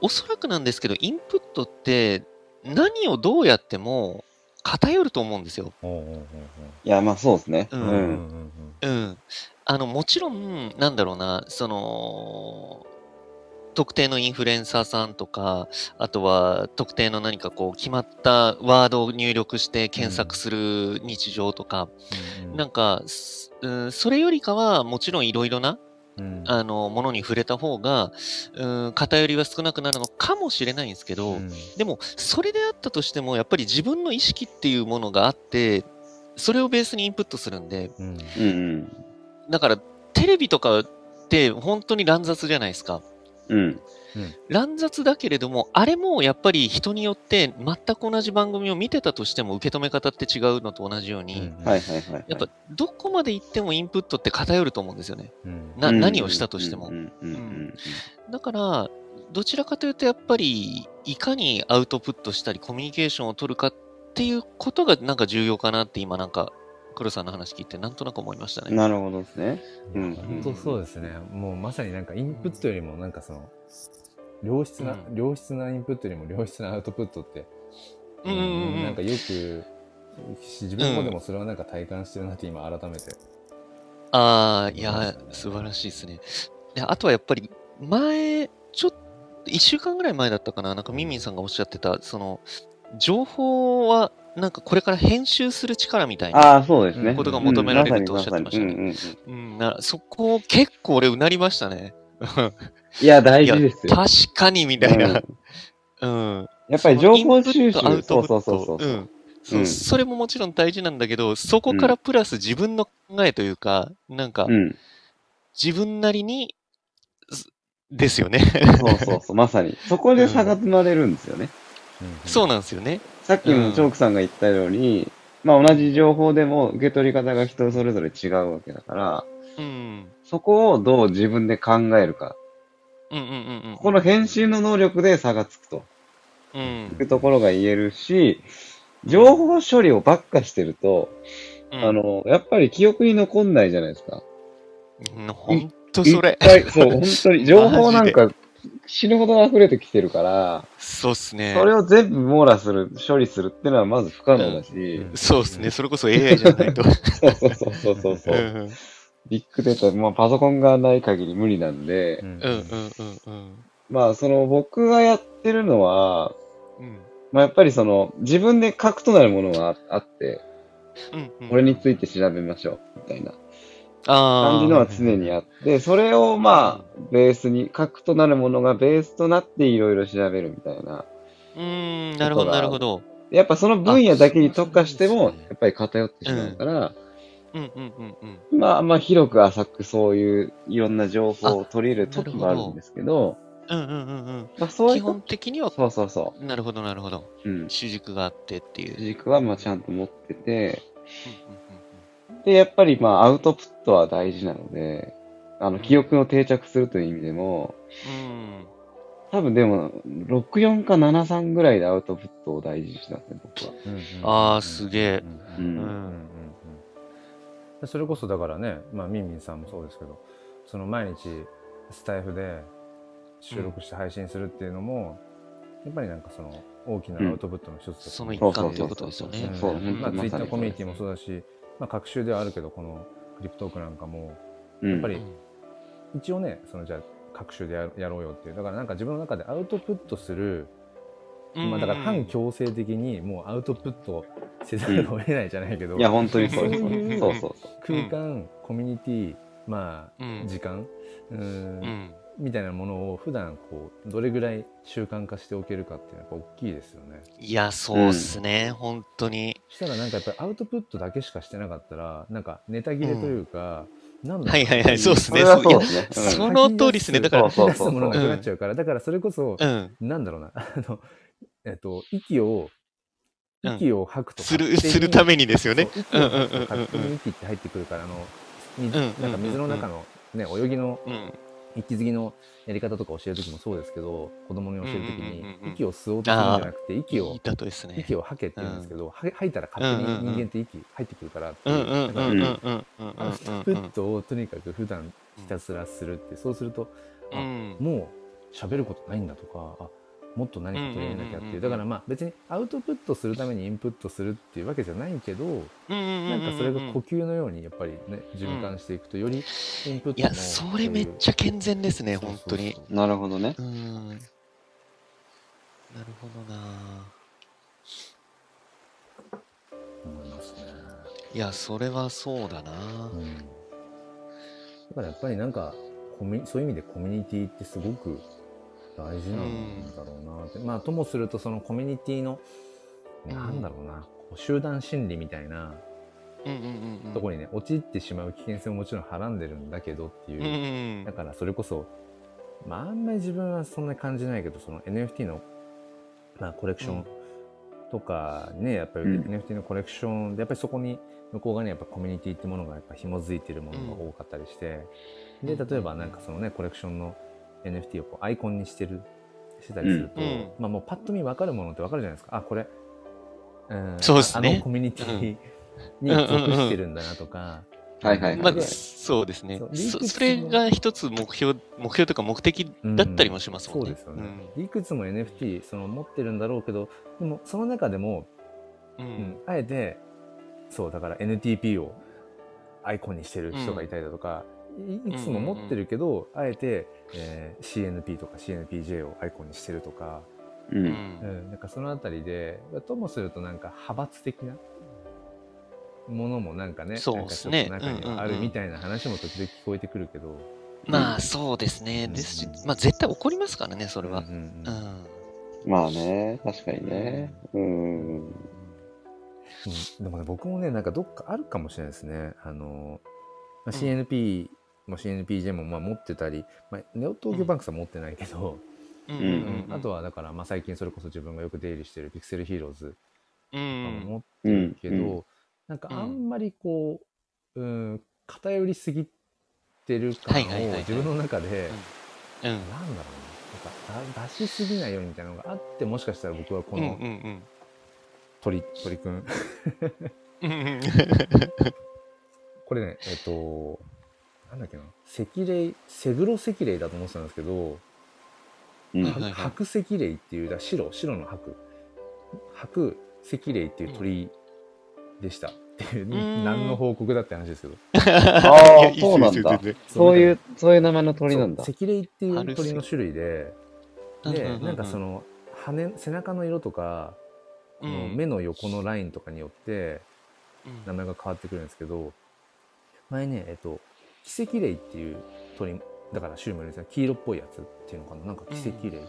おそらくなんですけど、インプットって何をどうやっても偏ると思うんですよ。おうおうおういや、まあそうですね。ううおううんうんん。うんうん。あの、もちろん、なんだろうな、その、特定のインフルエンサーさんとか、あとは特定の何かこう決まったワードを入力して検索する日常とか、うんなんか、すうん、それよりかはもちろんいろいろなうんあのものに触れた方が、うん、偏りは少なくなるのかもしれないんですけど、うんでもそれであったとしてもやっぱり自分の意識っていうものがあってそれをベースにインプットするんで、うんうんうん。だからテレビとかって本当に乱雑じゃないですか。うん。乱雑だけれども、あれもやっぱり人によって全く同じ番組を見てたとしても受け止め方って違うのと同じように、はいはいはいはい。やっぱどこまで行ってもインプットって偏ると思うんですよね。うんなうん何をしたとしてもう。んうんうんうんだから、どちらかというとやっぱりいかにアウトプットしたりコミュニケーションを取るかっていうことがなんか重要かなって今なんか黒さんの話聞いてなんとなく思いましたうん。ね。なるほどですね。うん本当そうですね。もうまさになんかインプットよりもなんかその良質な、うん良質なインプットよりも良質なアウトプットって、うんうんうんなんかよく自分の方でもそれはなんか体感してるなって今改めて。ああ、いや、素晴らしいですね。で、あとはやっぱり、前、ちょっと、一週間ぐらい前だったかな、なんかミンミンさんがおっしゃってた、その、情報は、なんかこれから編集する力みたいな、ああ、そうですね。ことが求められるとうんおっしゃってましたねまさにまさにうんうんうん、なそこを結構俺うなりましたね。いや、大事ですよ。確かに、みたいな。うん。やっぱり情報収集、そのインプットアそうウそトプうそうッそトう。うんそううんそれももちろん大事なんだけど、そこからプラス自分の考えというか、なんか、うん。自分なりに、すですよね。そうそうそう、まさに。そこで差が生まれるんですよね。そうなんですよね。さっきもチョークさんが言ったように、まあ同じ情報でも受け取り方が人それぞれ違うわけだから、うん。そこをどう自分で考えるか。うんうんうんうん。この編集の能力で差がつくとうん、いうところが言えるし、情報処理をばっかしてると、うんあ、の、やっぱり記憶に残んないじゃないですか。うんほんとそれいっ。ぱいそ う、本当に情報なんか死ぬほど溢れてきてるから、そうっすねそ。れを全部網羅する、処理するってのはまず不可能だし、そうっすね。それこそ AI じゃないと。 そうそうそうそうそうそうう。んうんビッグデータ、まあパソコンがない限り無理なんで、うんうんうんうんうんまあその僕がやってるのは、うん。まあやっぱりその自分で核となるものがああって、うんうんこれについて調べましょう、みたいなあ感じのは常にあって、それをまあベースに、核となるものがベースとなっていろいろ調べるみたいな。ーうん、なるほど、なるほど。やっぱその分野だけに特化してあそもうですね、やっぱり偏ってしまうかうら、んうんうんうん。まあまあ広く浅くそういういろんな情報を取り入れる時もあるんですけど、うんうんうんうん。まあそうい基うこ本的にはと、、そうそうそなるほど、なるほど。う。うん。主軸があってっていう。軸はまあちゃんと持ってて、うんうんうんで、やっぱりまあアウトプットは大事なので、あの、記憶の定着するという意味でも、うん多分でも、64か73ぐらいでアウトプットを大事にしてますね、僕は。あーすげえううんんううんんううんんうんそれこそだからね、まあ、みんみんさんもそうですけどその毎日スタイフで収録して配信するっていうのも、やっぱりなんかその大きなアウトプットの一つだと思うその一そう環そっていうそううことですよね。そうう、んまあ、本ツ当イにッタまさーにコミュニティもそうだし、まあ、各種ではあるけど、このクリプトークなんかも、うんやっぱりうん一応ね、そのじゃあ、各種でややろうよっていう、だからなんか自分の中でアウトプットする、まあ、だから反強制的にもうアウトプットせざるを得ないじゃないけど、いや、本当にそうです。そういうそうそうそう。空間、コミュニティ、まうあん。時間ううんん。みたいなものを普段こうどれぐらい習慣化しておけるかっていうのはやっぱ大きいですよね。いや、そうっすね。本当に。したらなんかやっぱりアウトプットだけしかしてなかったらなんかネタ切れというか、なんだろはいはいはいそうっすそねれはそうですね。そうそんの通りっすねだから吐き出すものがなくなっちゃうから、だからそれこそ、うん。なんだろうな、あの、えっと、息を、うん息を吐くとする、するためにですよね。そう息を吐くうんうんうんうんと勝手に息って入ってくるから、あの、水うんうんうんうんなんか水の中の、ね、泳ぎの、うん。息継ぎのやり方とか教える時もそうですけど、子供に教える時うんうんうんうにん、息を吸おうとするんじゃなくて、い息をい、例えですね。息を吐けって言うんですけど、は吐いたら勝手に人間って息入ってくるからってういんうんう、うんうんうんうんアウトうプんうッん。トをとにかく普段ひたすらするって、そうすると、あうん。もう喋ることないんだとかあもっと何か取り入れなきゃってうんうんういんううんだからまあ別にアウトプットするためにインプットするっていうわけじゃないけどななんかそれが呼吸のようにやっぱりね循環していくとよりインプットもいや、それめっちゃ健全ですね、そう本そ当うそうに。なるほどね。うん。なるほどな思いますねいや、それはそうだなうんだからやっぱりなんかコミュそういう意味でコミュニティってすごく大事なんだろうなって、まあともするとそのコミュニティのなんだろうな、こう集団心理みたいなうんうんうんうん。とこにね陥ってしまう危険性ももちろんはらんでるんだけどっていう、うんうんだからそれこそ、まあ、あんまり自分はそんな感じないけどその NFT の、まあ、コレクショうンんとかね、やっぱりうん NFT のコレクションでやっぱりそこに向こう側にやっぱコミュニティってものがやっぱ紐づいてるものが多かったりして、うでん例えばなんかそのねコレクションの NFT をこうアイコンにしてるしてたりすると、うんうんまあ、もうパッと見分かるものって分かるじゃないですかあこれ、うんそうっすねあのコミュニティに属してるんだなとか。はいはいまはいであ、そうですねそう。そリークそれが一つ目標、目標とか目的だったりもしますそもんうね。ですよね、いくつも NFT その持ってるんだろうけどでもその中でも、うん。ううんんあえてそうだから NTP をアイコンにしてる人がいたりだとか、いいくつも持ってるけど、あえて、えー CNP とか CNPJ をアイコンにしてるとか,、う。うんうんん、なんかそのあたりでともするとなんか派閥的なものもなんかねそうっすねなんかちょっと中にはあうんうんるうんみたいな話も時々聞こえてくるけど、まあ、そうですね。ですしうんう、んまあ、絶対起こりますからね、それはうん。うんうんうん。まあね、確かにね。うん。うんでもね、僕もね、なんかどっかあるかもしれないですね。あの、まあ CNP も CNPJ もまあ持ってたり、まあ、ネオ東京バンクスは持ってないけど、うんうんうんあと、はだから、まあ、最近それこそ自分がよく出入りしてるピクセルヒーローズうとかもん。持ってるけど、うんうなんかあんまりこう、うん、偏りすぎてる感はいはいはいをはい自分の中で、うん。なんだろうな、なんかだ出しすぎないようにみたいなのがあって、もしかしたら僕はこうんうのん鳥、鳥くん、うん。うんこれね、えっと、なんだっけな、赤霊、セグロ赤霊だと思ってたんですけど、うんはいはい白赤霊っていう、だ白、白の白、白赤霊っていう鳥でした。っていう、ん何の報告だって話ですけど。ああ、いやそうなんいいだっす。よそういう、そういう名前の鳥なんだ。そう赤霊っていう鳥の種類で、全然で、なんかそ、の、羽、背中の色とか、うこのん目の横のラインとかによって、うん名前が変わってくるんですけど前ねえっと奇跡霊っていう鳥だから種類もいるんですが黄色っぽいやつっていうのかななんか奇跡霊、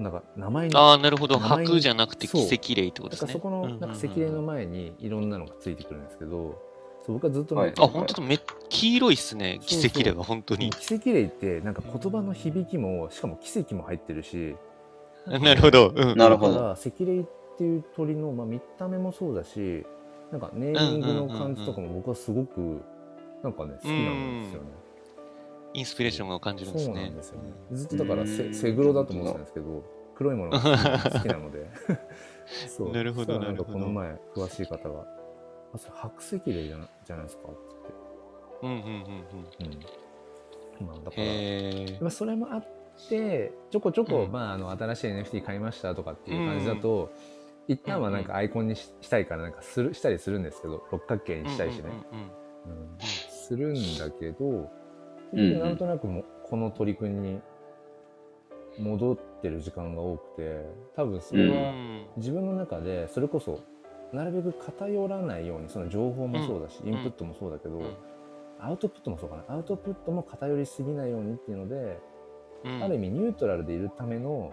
なんか名前にああ、なるほど。名前に白じゃなくてそう奇跡霊ってこなんとですかね。そこのなんか赤霊のうんうんうん前にいろんなのがついてくるんですけどそう僕はずっとね、はいあ、本当だ。めっ黄色いっすね。そう奇そう跡霊は本当に。奇跡霊ってなんか言葉の響きもしかも奇跡も入ってるしなるほど。うん。なるほどだから赤霊っていう鳥の、まあ、見た目もそうだしなんかネーミングの感じとかも僕はすごくなんかね好きなんですよね。インスピレーションを感じるんですそうね。なんですよね。ずっとだからうセんセグロだと思ってたんですけど、黒いものが好きなので。 そうなるほどそしたらんかなるほどこの前、詳しい方が、あ、それ白石霊じゃなじゃないですかっうんうんうんうん。て言って。うん。まあ、だから、へえ。まあ、それもあって、ちょこちょこ、うんまあ、あの、新しい NFT 買いましたとかっていう感じだと、一旦はなんかアイコンにししたいからなんかするしたりするんですけど六角形にしたいしね、うんうんうんうんするんだけど、結局なんとなくもこの取り組みに戻ってる時間が多くて、多分それうはん。自分の中で、それこそ、なるべく偏らないように、その情報もそうだし、インプットもそうだけど、うんアウトプットもそうかな。アウトプットも偏りすぎないようにっていうので、うんある意味ニュートラルでいるための、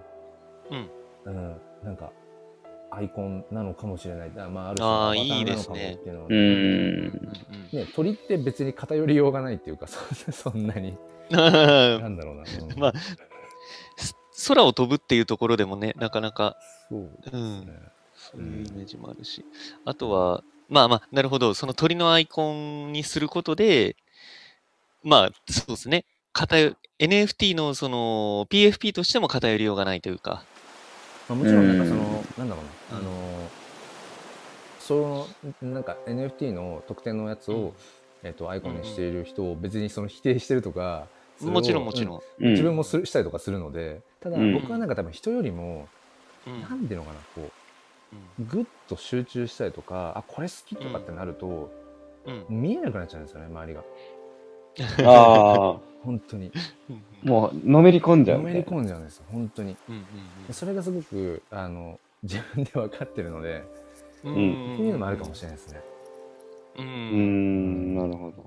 うんうんなんか、アイコンなのかもしれない。あまあ、あるあー種のアバターいいですなのかもねっていうのはうーん。うんね、鳥って別に偏りようがないっていうか、そ そんなに。うんなんだろうな。うんまあ、す空を飛ぶっていうところでもね、なかなか、そううですんね。。そういうイメージもあるし。あとは、まあまあ、なるほど。その鳥のアイコンにすることで、まあ、そうですね。偏 NFT のその PFP としても偏りようがないというか。まあ、もちろん、なんかそのうん、なんだろうな、あのー、その、なんか NFT の特典のやつうんを、えっと、アイコンにしている人を別にその否定してるとか、それをもちろんもちうろん。自分も。もするしたりとかするので、ただうん僕はなんか多分人よりも、うんなんていうのかな、こうう、ぐっと集中したりとか、あ、これ好きとかってなると、んうん見えなくなっちゃうんですよね、周りが。ああ、本当に。もう、のめり込んじゃうのみためいな。り込んじゃうんですよ、本当に。うんそれがすごく、あの、自分で分かってるので、うんううんっていうのもあるかもしれないですね。れなうーん、なるほど。ま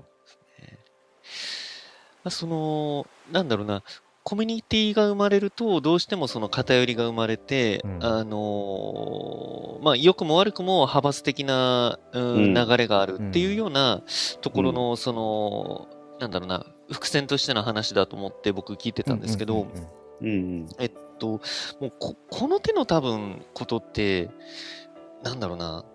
あ、その、なんだろうな、コミュニティが生まれると、どうしてもその偏りが生まれて、うんあのーまあ、良くも悪くも派閥的な、うんうん流れがあるっていうようなところの、うその、なんだろうな、伏線としての話だと思って僕聞いてたんですけうど、んうんうんうんうんうん。えっと、もうこ、この手の多分ことって、なんだろうな、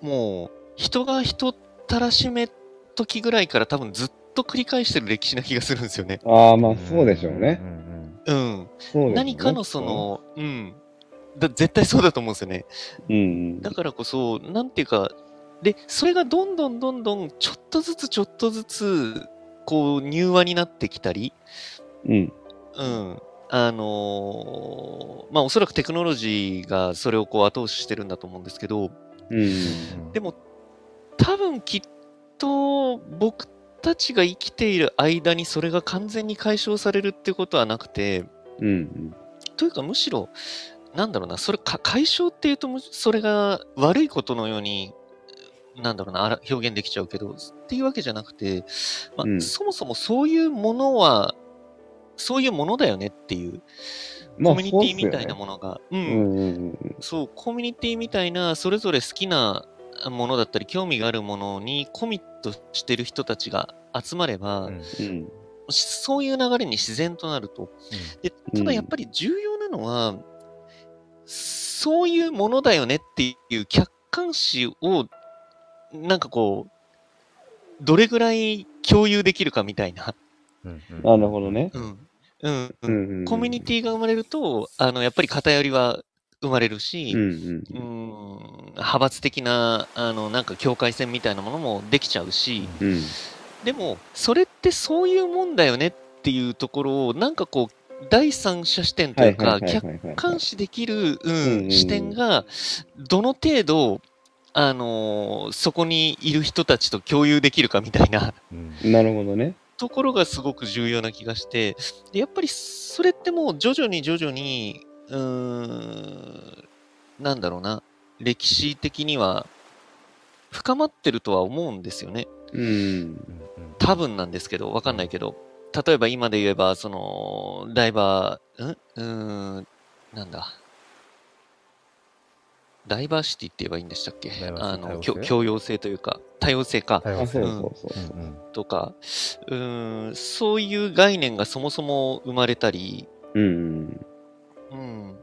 もう、人が人たらしめ時ぐらいから多分ずっと繰り返してる歴史な気がするんですよね。ああ、まあ、そうでしょうねん。んうん。そうでしょうね何かのそ、の、うん。だ絶対そうだと思うんですよね。うんうん。だからこそ、なんていうか、で、それがどんどんどんどん、ちょっとずつちょっとずつ、こう、柔和になってきたり、うん。うん。あのーまあおそらくテクノロジーがそれをこう後押ししてるんだと思うんですけど、うん。うんうんでも多分きっと僕たちが生きている間にそれが完全に解消されるってことはなくて、うん。というかむしろ、なんだろうな、それか解消っていうとむそれが悪いことのように、なんだろうな、あら表現できちゃうけど、っていうわけじゃなくて、まあうんそもそもそういうものは、そういうものだよねっていう。まあコミュニティみたいなものが、う、うんんうんそう、コミュニティみたいな、それぞれ好きなものだったり、興味があるものにコミットしてる人たちが集まれば、うんうん。しそういう流れに自然となると。でただやっぱり重要なのは、そういうものだよねっていう客観視を、なんかこう、どれぐらい共有できるかみたいな。うんうんなるほどね。うん。うん。うんうんうんコミュニティが生まれると、あの、やっぱり偏りは生まれるし、うんうーん派閥的な、あの、なんか境界線みたいなものもできちゃうし、うん。うん。でも、それってそういうもんだよねっていうところを、なんかこう、第三者視点というか、客観視できる、うんうんうん視点が、どの程度、あのーそこにいる人たちと共有できるかみたいな うんなるほどね。ところがすごく重要な気がして、でやっぱりそれってもう徐々に徐々に、うーん、なんだろうな、歴史的には深まってるとは思うんですよね。うん。うんうん多分なんですけど、わかんないけど、例えば今で言えば、その、ダイバー、んうーん、なんだ。ダイバーシティって言えばいいんでしたっけダイバーシあティの、多様性教教養性というか、多様性か、対あ、応すそうるそうそうう。んうんとか、うーん、そういう概念がそもそも生まれたり、うん。うん、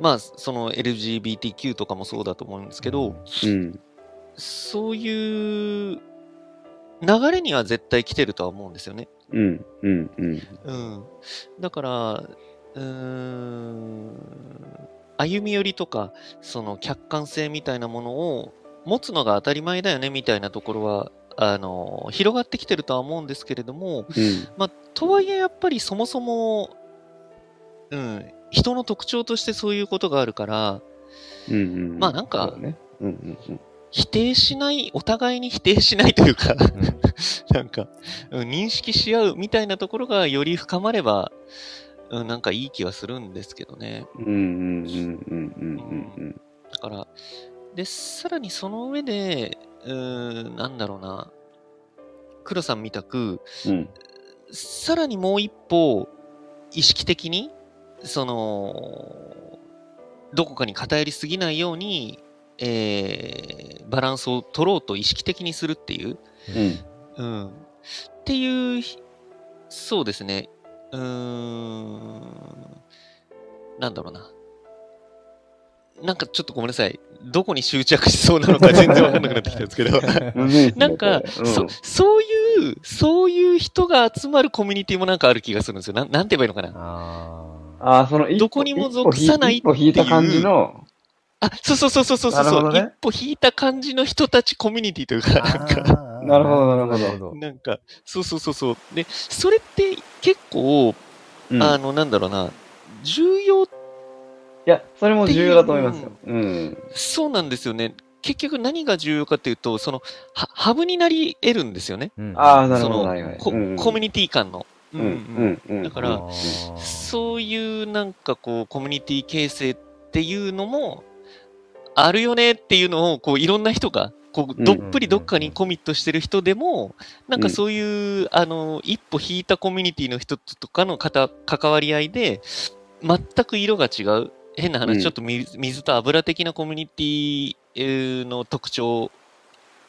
まあ、その LGBTQ とかもそうだと思うんですけど、うん。そういう流れには絶対来てるとは思うんですよね。うん。うん。うん。うん、だから、うーん、歩み寄りとか、その客観性みたいなものを持つのが当たり前だよねみたいなところは、あの、広がってきてるとは思うんですけれども、うん。まあ、とはいえやっぱりそもそも、うん、人の特徴としてそういうことがあるから、うん。まあなんかそうだね。うん。うん。否定しない、お互いに否定しないというか、うんうんなんか、うん認識し合うみたいなところがより深まれば、うん、なんかいい気はするんですけどね。うん。うん。うん。うん。うん。だから、で、さらにその上で、うーん、なんだろうな、黒さんみたく、うん。さらにもう一歩、意識的に、その、どこかに偏りすぎないように、えーバランスを取ろうと意識的にするっていう、うん。うん。っていうひ、そうですね。うーん。なんだろうな。なんかちょっとごめんなさい。どこに執着しそうなの か全然わかんなくなってきたんですけど。むずいっすねなんか、これそ、そういう、そういう人が集まるコミュニティもなんかある気がするんですよ。なんなんて言えばいいのかな。ああ。ああ、その一歩、どこにも属さない一歩引いた感じの、あ、そうそうそうそうそうそうなるほどね一歩引いた感じの人たちコミュニティというか、なんか。かなるほどなるほどなんか、そうそうそうそう。で、それって結構、うんあの、なんだろうな、重要、いや、それも重要だと思いますよ。うん。そうなんですよね。結局何が重要かっていうと、その、ハハブになり得るんですよね。うんああ、なるほそど、のはいはい。こコうんミュニティ間の。ううんうんうん。だかあらーそういうなんかこう、コミュニティ形成っていうのも、あるよねっていうのを、こう、いろんな人が、こうう、んどっぷりどっかにコミットしてる人でも、なんうかんそういう、あの、一歩引いたコミュニティの人とかの方、関わり合いで、全く色が違う。変な話、うんちょっと水水と油的なコミュニティえーの特徴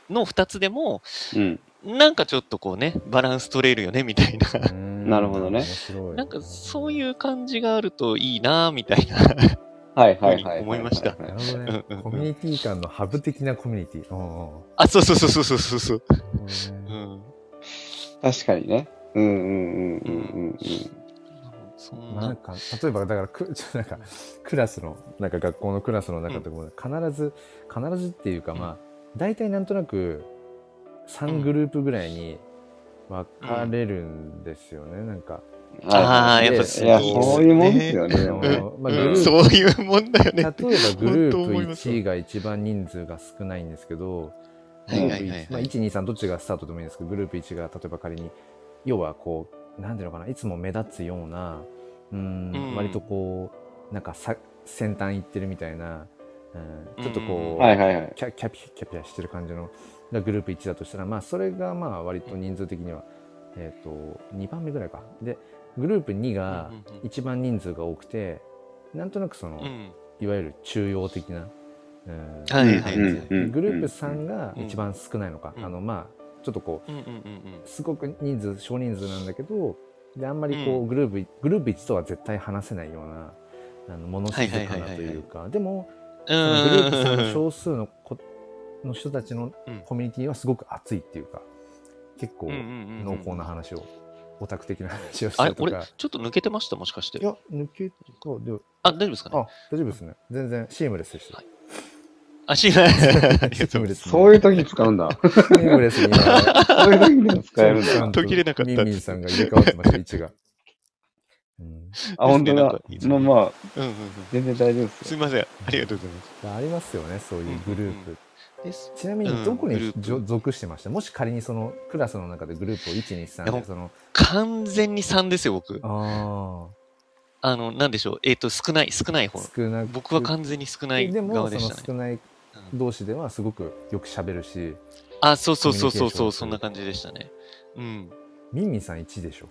の2つでも、うん。なんかちょっとこうね、バランス取れるよね、みたいな。うんなるほどね面白いなんかそういう感じがあるといいなぁみたいな。 はいはいはい。思いましたはなははるほどねうんうんうんコミュニティ間のハブ的なコミュニティうんうんあ、そうそうそうそうそうそう。ううんん。確かにね。うんうんうんうんうんそんなんな。か例えばだからくちょなんかクラスのなんか学校のクラスの中とかも必ず、必ずっていうかまあ大体なんとなく3グループぐらいに分かれるんですよね、なんか、うん。はいあーでやっぱいや、そういうもんですよね。あでもねのまあ、グうルん、ープそういうもんだよ例えね。ばはグル本当思いープます1位が一番人数が少ないんですけど、グルいーはプいはい1まはあ、い。 123どっちがスタートでもいいんですけどグループ1が例えば仮に要はこう何ていうのかないつも目立つようなうん、うん割とこうなんかさ先端行ってるみたいな、うん、ちょっとこう、はいはいはい。キャキャピキャピキャしてる感じのがグループ1だとしたら、まあ、それがまあ割と人数的には、えー、と2番目ぐらいかでグループ2がうんうんうん一番人数が多くてなんとなくその、うん。いわゆる中央的な、うんはいはいはい。うんうんグループ3がうん一番少ないのか、うんあのまあちょっとこうんうんうんうすごく人数少人数なんだけどであんまりこううグループグループ1とは絶対話せないようなあの物静はかいはいなはいはいはいというかでもうそのグループ3のん。少数の子の人たちのうんコミュニティはすごく熱いっていうか結構うんうんうんう濃ん厚な話をオタク的な話をしあたれりと俺か、ちょっと抜けてましたもしかしいて。や抜けたであ、大丈夫ですかねあ大丈夫ですね全然シームレスでしたはいあ、し ない。ありがとうございます。そういう時に使うんだ。シームレスに 今そういう時にでも使えるんだ。途切れなかったミンミンさんが入れ替わって ました、位置が。うん、あ、本当なんだかいい。ですまねあまあ、うんうんうん。全然大丈夫ですすいよ。ません。ありがとうございます。ありますよね、そういうグループ。うんです。ちなみうんに、どこグルにープじょ属してましたもし仮にそのクラスの中でグループを1、2、いや3もで、その、完全に3ですよ、僕。ああの、なんでしょう。えっ、と、少ない、少ないあ方、。少なく僕は完全に少ないでも、側でそしたのね。少ない同士ではすごくよく喋るし、あ、そうそうそうそうコミュニケーショそンう、そんな感じでしたね。うん。ミンミンさん1でしょ。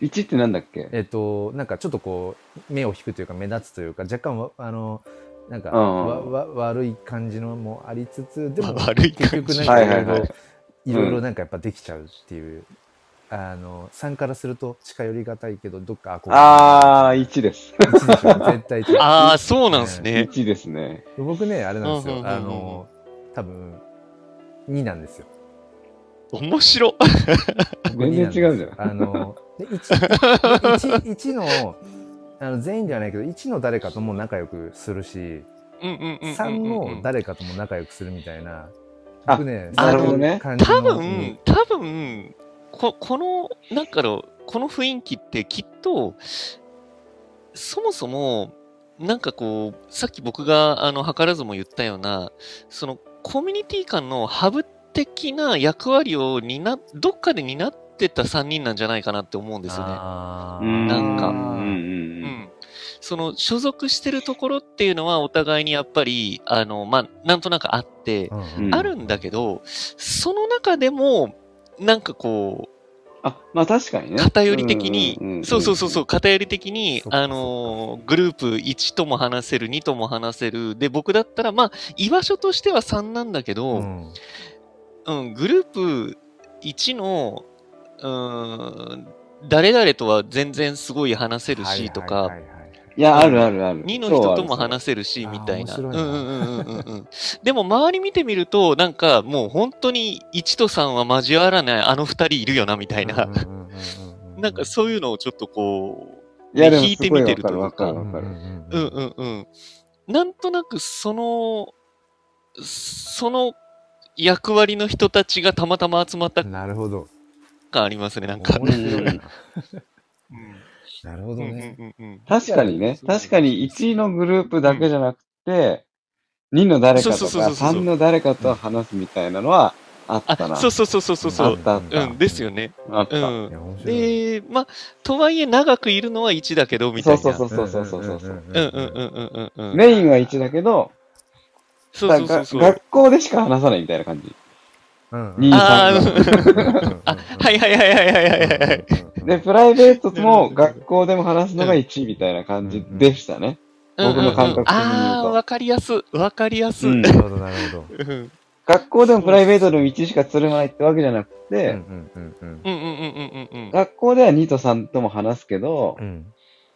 1ってなんだっけえっ、と、なんかちょっとこう、目を引くというか、目立つというか、若干わ、あの、なんか、うんわわ悪い感じのもありつつ、でも、わ悪い感結局なじんかいろはいいはいはろい、いろいろなんかやっぱできちゃうっていう、あの、3からすると近寄りがたいけど、どっか憧れあー、1です。 1でしょ、絶対1。 ああ、そうなんですね。 1ですね。僕ね、あれなんですうんうんよ、うんうんあの、多分、2なんですよ。面白。僕全2なん然ですよ違うじゃんあの、で、1、一の、あの全員ではないけど、1の誰かとも仲良くするし、うんうんうんうんうんうん。 3の誰かとも仲良くするみたいな、あ僕ね、なるほどねそういう感じの多分、多分、ここの、なんかの、この雰囲気ってきっと、そもそも、なんかこう、さっき僕が、あの、図らずも言ったような、その、コミュニティ間のハブ的な役割を担、どっかで担ってた3人なんじゃないかなって思うんですよね。あうーんなんかううんんううんんその所属してるところっていうのはお互いにやっぱり、あの、まあ、なんとなくあって、うんうんあるんだけど、その中でも、なんかこあ、まあ確かにう、ね。偏り的に、んんんんそうそうそうそう、偏り的に、そっかそっかあのーグループ1とも話せる、2とも話せる、で、僕だったら、まあ、居場所としては3なんだけど、うんうん、グループ1の、うーん、誰々とは全然すごい話せるしとはか、いはいはいはいいや、あるあるある。 2の人とも話す。せるし、そうあるみたいな。あうー面んう白いなんうんうんうん。でも周り見てみると、なんかもう本当に1と3は交わらないあの2人いるよな、みたいな。うんうんうんううなんかそういうのをちょっとこう、いや、でも引いてみてるというすごいわかるわかるか。わかるうんうんううんんうんうん。なんとなくその、その役割の人たちがたまたま集まったなるほど。感ありますね、なんか。面白いな。うんなるほどね。うんうんうん確かにね。確かに1位のグループだけじゃなくて、2の誰かとかそうそうそうそう3の誰かと話すみたいなのはあったあ、な。そうそうそうそうそうあそっう。たあっうた。ん、ですよね。あっうた。いん。や面白いな。で、まあ、とはいえ長くいるのは1だけど、みたいな。そうそうそうそうそうそうそう。うんうんうんうんうんうん。メインは1だけど、そうそうそうそう。なんか学校でしか話さないみたいな感じ。うんうん。 2、あー3。あ、はいはいはいはいはいはいはい。で、プライベートともうん学校でも話すのが1みたいな感じでしたね。僕の感覚的に言うとああー、わかりやす。わかりやす。ううんんなるほど、なるほど。うん学校でもプライベートでも1しかつるまないってわけじゃなくうんうんうて、んうんうんうんうんうんうん学校では2と3とも話すけどう、ん。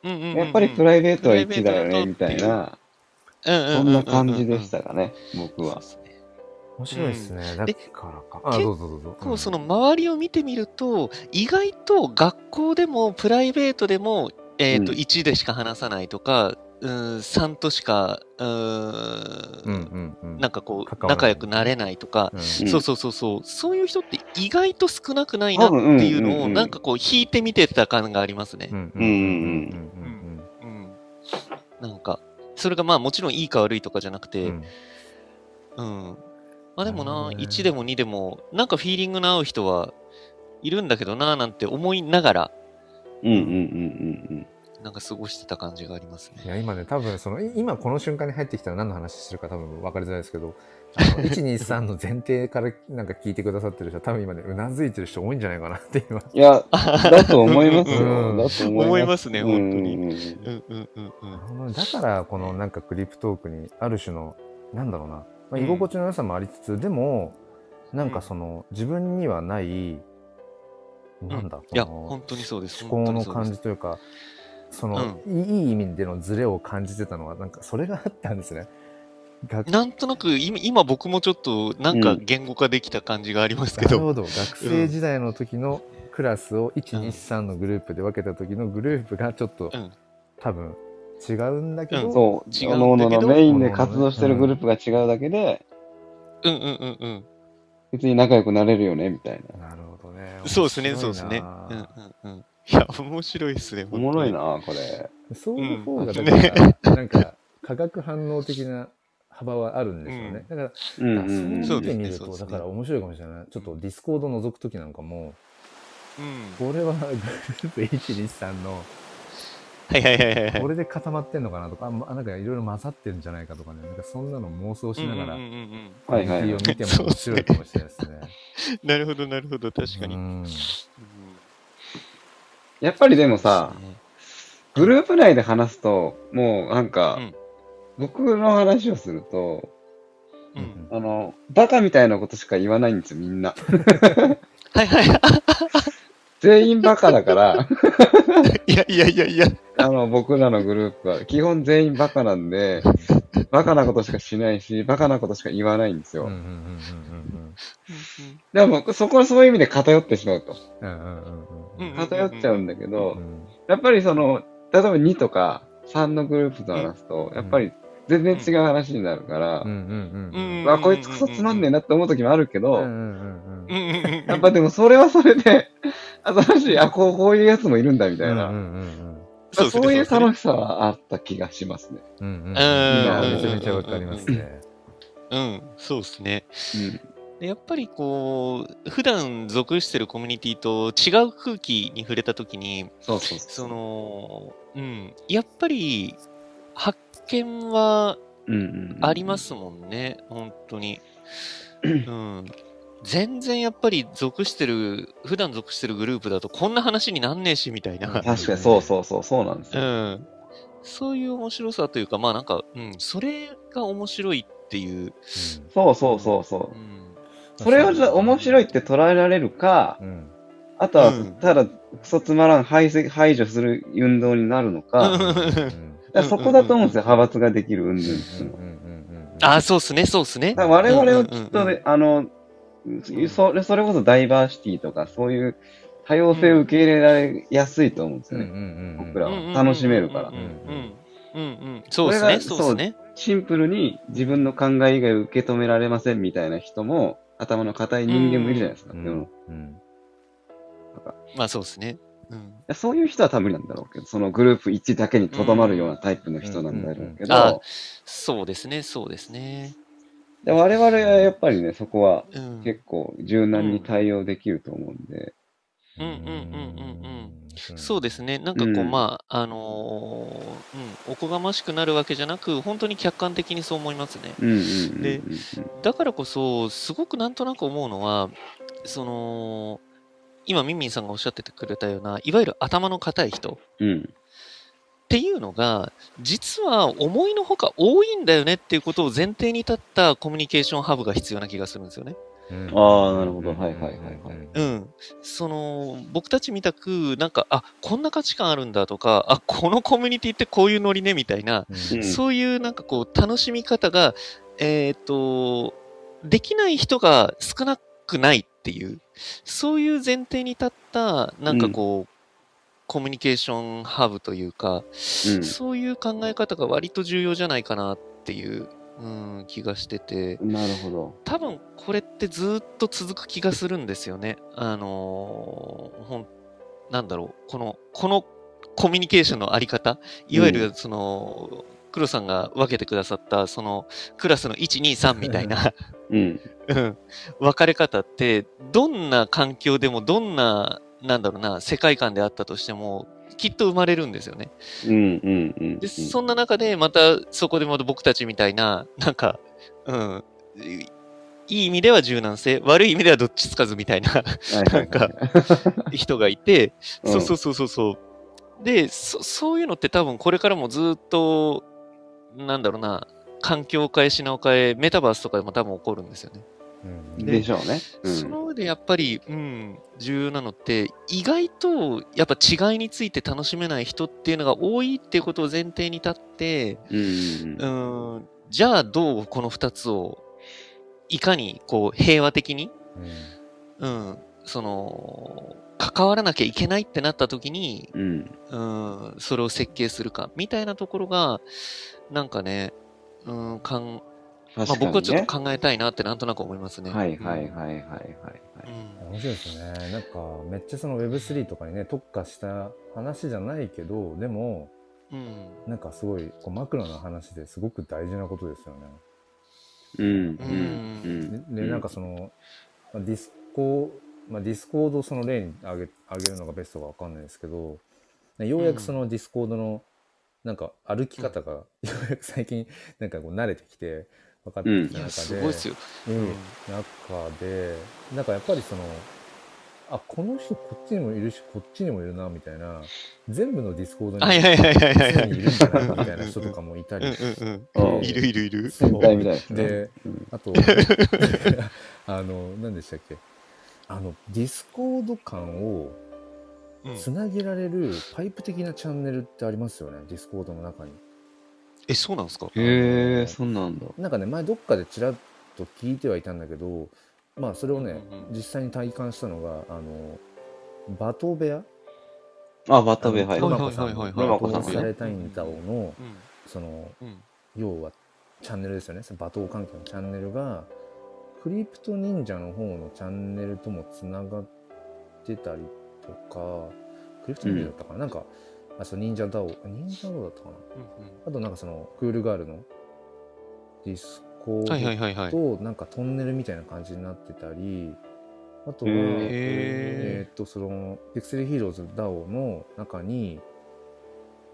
うんうんうんうん。やっぱりプイライベートは1だよね、みたいな、そそんな感じでし。たかね、僕そうはで。すね面白いですね。だからか。あ、結どうぞどうぞ。こうその周りを見てみると、意外と学校でもプライベートでも、えっと、うん1でしか話さないとか、うん、3としか、うーうんん、うんうん。なんかこ関わらう、ない仲良くなれないとか、うんうんそうそうそうそう、そういう人って意外と少なくないなっていう多分うんうんのうを、んなんかこう、引いて見てた感がありますねう。んうんうんうん。なんか、それがまあもちろんいいか悪いとかじゃなくうんうんうんて、ううんん。。まあでなるもな、ほどね1でも2でも、なんかフィーリングの合う人はいるんだけどな、なんて思いながら、うんうんうんうんうん。なんか過ごしてた感じがありますいね。や今ね多分そのい今この瞬間に入ってきたら何の話してるか多分分かりづらいですけどあの123の前提からなんか聞いてくださってる人は多分今ねうなずいてる人多いんじゃないかなって今いや、だと思いますよ。 うんだと思います。思いますね、うん本当うに。んううんんうんうんうん。だからこのなんかクリプトークにある種のなんだろうな、まあ、うん居心地の良さもありつつ、でもなんかその自分にはない、なんだうこいや、の本当にそうです。思考の本当感にそうじですというかその、いいい意味でのズレを感じてたのはなんかそれがあったんですね。学なんとなく今、今僕もちょっと、なんうかん言語化できた感じがありますけなるど。ほど学生時代の時のクラスを123のグループで分けた時のグループがちょっと、うん多分違うんだけど、うんそう、違各うんだ々けどのメインで活動してるグループが違うだけで、うんうんうんうん。別に仲良くなれるよね、みたいな。なるほどねそうですね、面そ白ういですね。なうんうんうん。いや、面白いですね。おもろいな。な、これ。そういう方がうだんから、 なんか化学反応的な幅はあるんでしょうね、だからうんあそううん見てみるそと、うですねだから面白いかもしれないちょっとディスコード覗く時なんかもうん。これはグループ123のはいはいはいはいはい。これで固まってんのかなとかあまなんかいろいろ混ざってんじゃないかとかねなんかそんなの妄想しながらうんうんうんうんはいはいはいを見ても面白いかもしれないですね。うんなるほどなるほど確かに、ううんんやっぱりでもさ、グループ内で話すと、もうなんか、うん僕の話をすると、うんあの、バカみたいなことしか言わないんですよ、みんな。はいはいは全員バカだから、いいやいやいやいやあの、僕らのグループは、基本全員バカな んで、バカなことしかしないし、バカなことしか言わないんですうんうよ。んうんうんでも僕、そこはそういう意味で偏ってしまうと。うんうんうんうんうんうんん偏っちゃうんだけうど、んやっぱりその、例えば2とか3のグループと話すと、やっぱり全然違う話になるから、うんうんうんうんうんうわ、こいつクソつまんねえなって思う時もあるけど、うんうんうんうんうんやっぱでもそれはそれで、 新しい、あ、こうこういうやつもいるんだみたいな、うんうんそうですねいうそで楽しさはあった気がしますね。うんうんうんうんんいやめちゃめちゃわかりますね。すねうんそうですねうん。でやっぱりこう普段属してるコミュニティと違う空気に触れた時にそうそうそそ、う。のうんやっぱり発見はうんうん、ありますもんね、本当に。うん。全然やっぱり属してる、普段属してるグループだとこんな話になんねえしみたいな、確かに、そうそうそう、そうなんですうよ。ん。そういう面白さというか、まあなんか、うん、それが面白いっていう。そうそうそうそうう。ん。それをじゃあ面白いって捉えられるか、うん。あとはうん、ただ、クソつまらん排斥排除する運動になるのうか、んだかうんらそこだと思うんですよ、派閥ができる運動っていうのは。ああ、そうっすね、そうっすね。だから我々をきっとうんうんうね、あの、それそれこそダイバーシティとか、そういう多様性を受け入れられやすいと思うんですよね。僕らうんうんうん楽しめるからうんうんうんうん。そうですこれね、がそうですね。シンプルに自分の考え以外を受け止められませんみたいな人も、頭の固い人間もいるじゃないですか。世のまあそうですね。うん。そういう人は多分無理なんだろうけど、そのグループ1だけにとどまるようなタイプの人なんだろうけど、うんうんうんあそうですね、そうですね。で我々はやっぱりね、そこはうん。結構柔軟に対応できると思うんで、そうですね、なんかこう、うんまあ、あのーうん、おこがましくなるわけじゃなく、本当に客観的にそう思いますね。うんうんうんうん。でうんだからこそ、すごくなんとなく思うのは、その、今、ミンミンさんがおっしゃっててくれたような、いわゆる頭の固い人っうん。ていうのが、実は思いのほか多いんだよねっていうことを前提に立ったコミュニケーションハブが必要な気がするんですよね。ああなるほどはいはいはいはいうん、その僕たちみたくなんかあこんな価値観あるんだとかあこのコミュニティってこういうノリねみたいな、うんそういうなんかこう楽しみ方がえっ、とできない人が少なくないっていうそういう前提に立ったなんかこう、コミュニケーションハブというか、そういう考え方が割と重要じゃないかなっていう、うん、気がしてて。うん。なるほど。多分これってずーっと続く気がするんですよね。あのーほん、なんだろう、この、このコミュニケーションのあり方、いわゆるその、黒さんが分けてくださった、その、クラスの1、2、3みたいな、うん。うん、分かれ方って、どんな環境でも、どんな、なんだろうな、世界観であったとしても、きっと生まれるんですよね。うんうんうん。で、そんな中で、またそこでまた僕たちみたいな、 なんか、うん、いいい意味では柔軟性、悪い意味ではどっちつかずみたいな なんなんか、人がいて、そうそううそうそうそう。でそ、そういうのって多分これからもずっと、なんだろうな、環境を変え、品を変え、メタバースとかでも多分起こるんですよね。ん。ででしょうね。うそんの上でやっぱり、うん、重要なのって、意外とやっぱ違いについて楽しめない人っていうのが多いっていうことを前提に立って、うんうーんじゃあどうこの2つをいかにこう平和的に、うん、その関わらなきゃいけないってなった時に、うんうん。うん、それを設計するかみたいなところがなんかね、うんかんま確あ、かにね。僕はちょっと考えたいなってなんとなく思いますね。はいはいはいはいはういん、は面白いですねなんかめっちゃその Web3 とかにね特化した話じゃないけどでもうんなんかすごいこうマクロな話ですごく大事なことですよね。い。うんううんんうん。でなんかその、まあ、ディスコ、まあ、ディスコードをその例に挙げ挙げるのがベストかわかんないですけどようやくそのディスコードのなんか歩き方が、ようやく最近なんかこう慣れてきて分かってきいたや中すで、ごいですよ。うん、中でなんかやっぱりそのあこの人こっちにもいるしこっちにもいるなみたいな全部のディスコードにはいはいはいはいはいは常いにい。るんじゃないかみたいな人とかもいたうんりうんうんうん、いるいるいる。そうみたいみたいですねでうんあと あの何でしたっけあのディスコード間をうんつなげられるパイプ的なチャンネルってありますよねディスコードの中にえ、そうなんですかへえ、そんなんだ。なんかね前どっかでちらっと聞いてはいたんだけどまあそれをね、うんうんうん実際に体感したのがあのバト部屋あ、バタベ、はい。ロはいマコさんはいはいはいはいロマコさんのねされたいんだおのうんそのうん要はチャンネルですよねその罵倒関係のチャンネルがクリプト忍者の方のチャンネルともつながってたりとかクリプト忍者だったかな、なんかあそう忍者ダオ忍者ダオだったかなうんうんあとなんかそのクールガールのディスコードはいはいはいはい。となんかトンネルみたいな感じになってたりあとはへーえーっとそのピクセルヒーローズ DAO の中に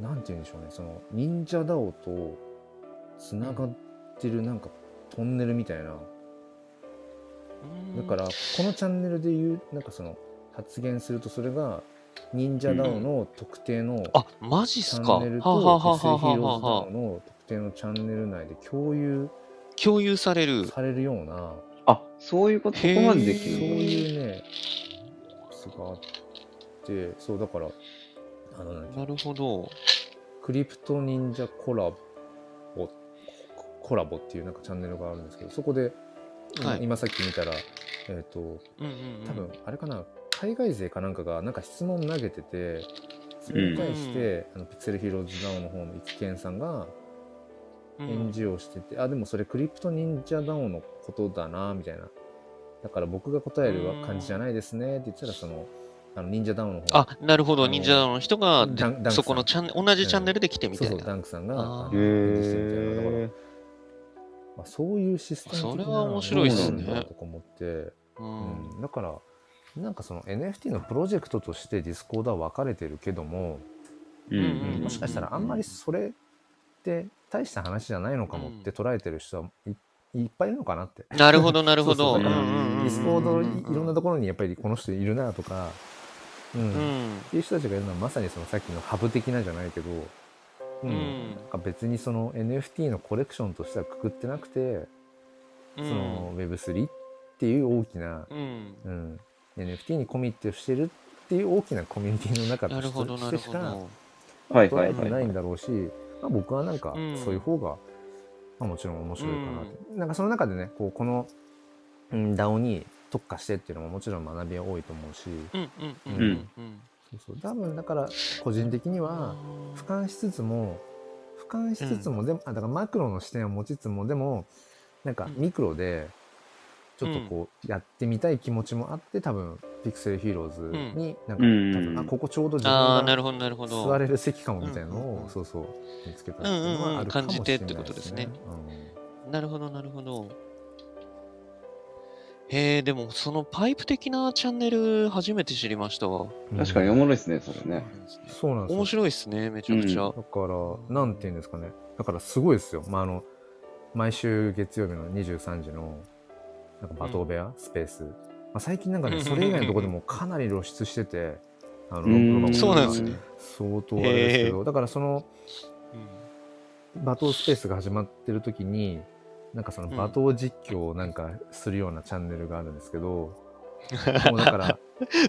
なんて言うんでしょうねその忍者 DAO とつながってるなんかトンネルみたいなだからこのチャンネルで言うなんかその発言するとそれが忍者ダオの特定のあ、マジチっすか。ャはンネルあ、とはあ「はあセイヒはーあローズはダあオ、の特定のチャンネル内で共有共有される。されるようなあ、そういうこと、そへーこまででそうきるんだ。いうねやつがあってそうだからあのなんだっけなるほど。クリプト忍者コラボコラボっていうなんかチャンネルがあるんですけどそこで、はい今さっき見たらえっ、とうんうんうん多分あれかな、海外勢かなんかがなんか質問投げててそれに対して、あのピクセルヒーローズダウンの方の一見さんがうん返事をしてて、あでもそれクリプト忍者ダウンのことだなみたいなだから僕が答えるわ感じじゃないですねって言ったらそのあの忍者ダウンの方あ、なるほあど。の忍者の人がダンダンクさんそこのチャンネル同じチャンネルで来てみそたういそうダな。ンクさんがあーあのへ返事してみたいなだからーまあ、そういうシステム的なそれは面白いっすねものなんだとか思って、うんうんだからなんかその NFT のプロジェクトとしてディスコードは分かれてるけども、うんうんもしかしたらあんまりそれって大した話じゃないのかもって捉えてる人はい,、っぱいいるのかなって。なるほど、なるほど。そうそうだからうんうんうんうんディスコードいいろんなところにやっぱりこの人いるなとか、うんうっん。ていう人たちがいるのはまさにそのさっきのハブ的なじゃないけど、うんうんなんか別にその NFT のコレクションとしてはくくってなくて、うそのん。 Web3 っていう大きな、うん。うん、NFT にコミットしてるっていう大きなコミュニティの中となるほど、しなてるしほかど。はいは捉いえはてい。ないんだろうし、まあ、僕はなんかうんそういう方が、まあ、もちろん面白いかなって、なんかその中でねこうこの、うん、DAO に特化してっていうのももちろん学びは多いと思うしうんうんうんうんうん。そうそう多分だから個人的には俯瞰しつつも俯瞰しつつも、でもあだからマクロの視点を持ちつつもでもなんかうんミクロでちょっとこうやってみたい気持ちもあって多分ピクセルヒーローズになんか、うん多分あここちょうど自ああ、分ながるほど、なるほど。座れる席かもみたいなのを、うんうんうんそうそう見つけたっていうのはあるかもしれないうんうんうん感じてってことですねなるほど、なるほど。へえ、でもそのパイプ的なチャンネル初めて知りましたわ。うん確かにおもろいですね、それね。そうなんですよ面白いですね、めちゃくちゃ。だから、なんて言うんですかね。だからすごいですよ。まあ、あの、毎週月曜日の23時の、なんか、罵倒部屋、スペース。まあ、最近なんかうね、んそれ以外のとこでもかなり露出してて、あうーんの、そうなんですね。相当あれですけど、だからその、罵倒スペースが始まってる時に、なんかそのうん罵倒実況をなんかするようなチャンネルがあるんです けど、もうだから、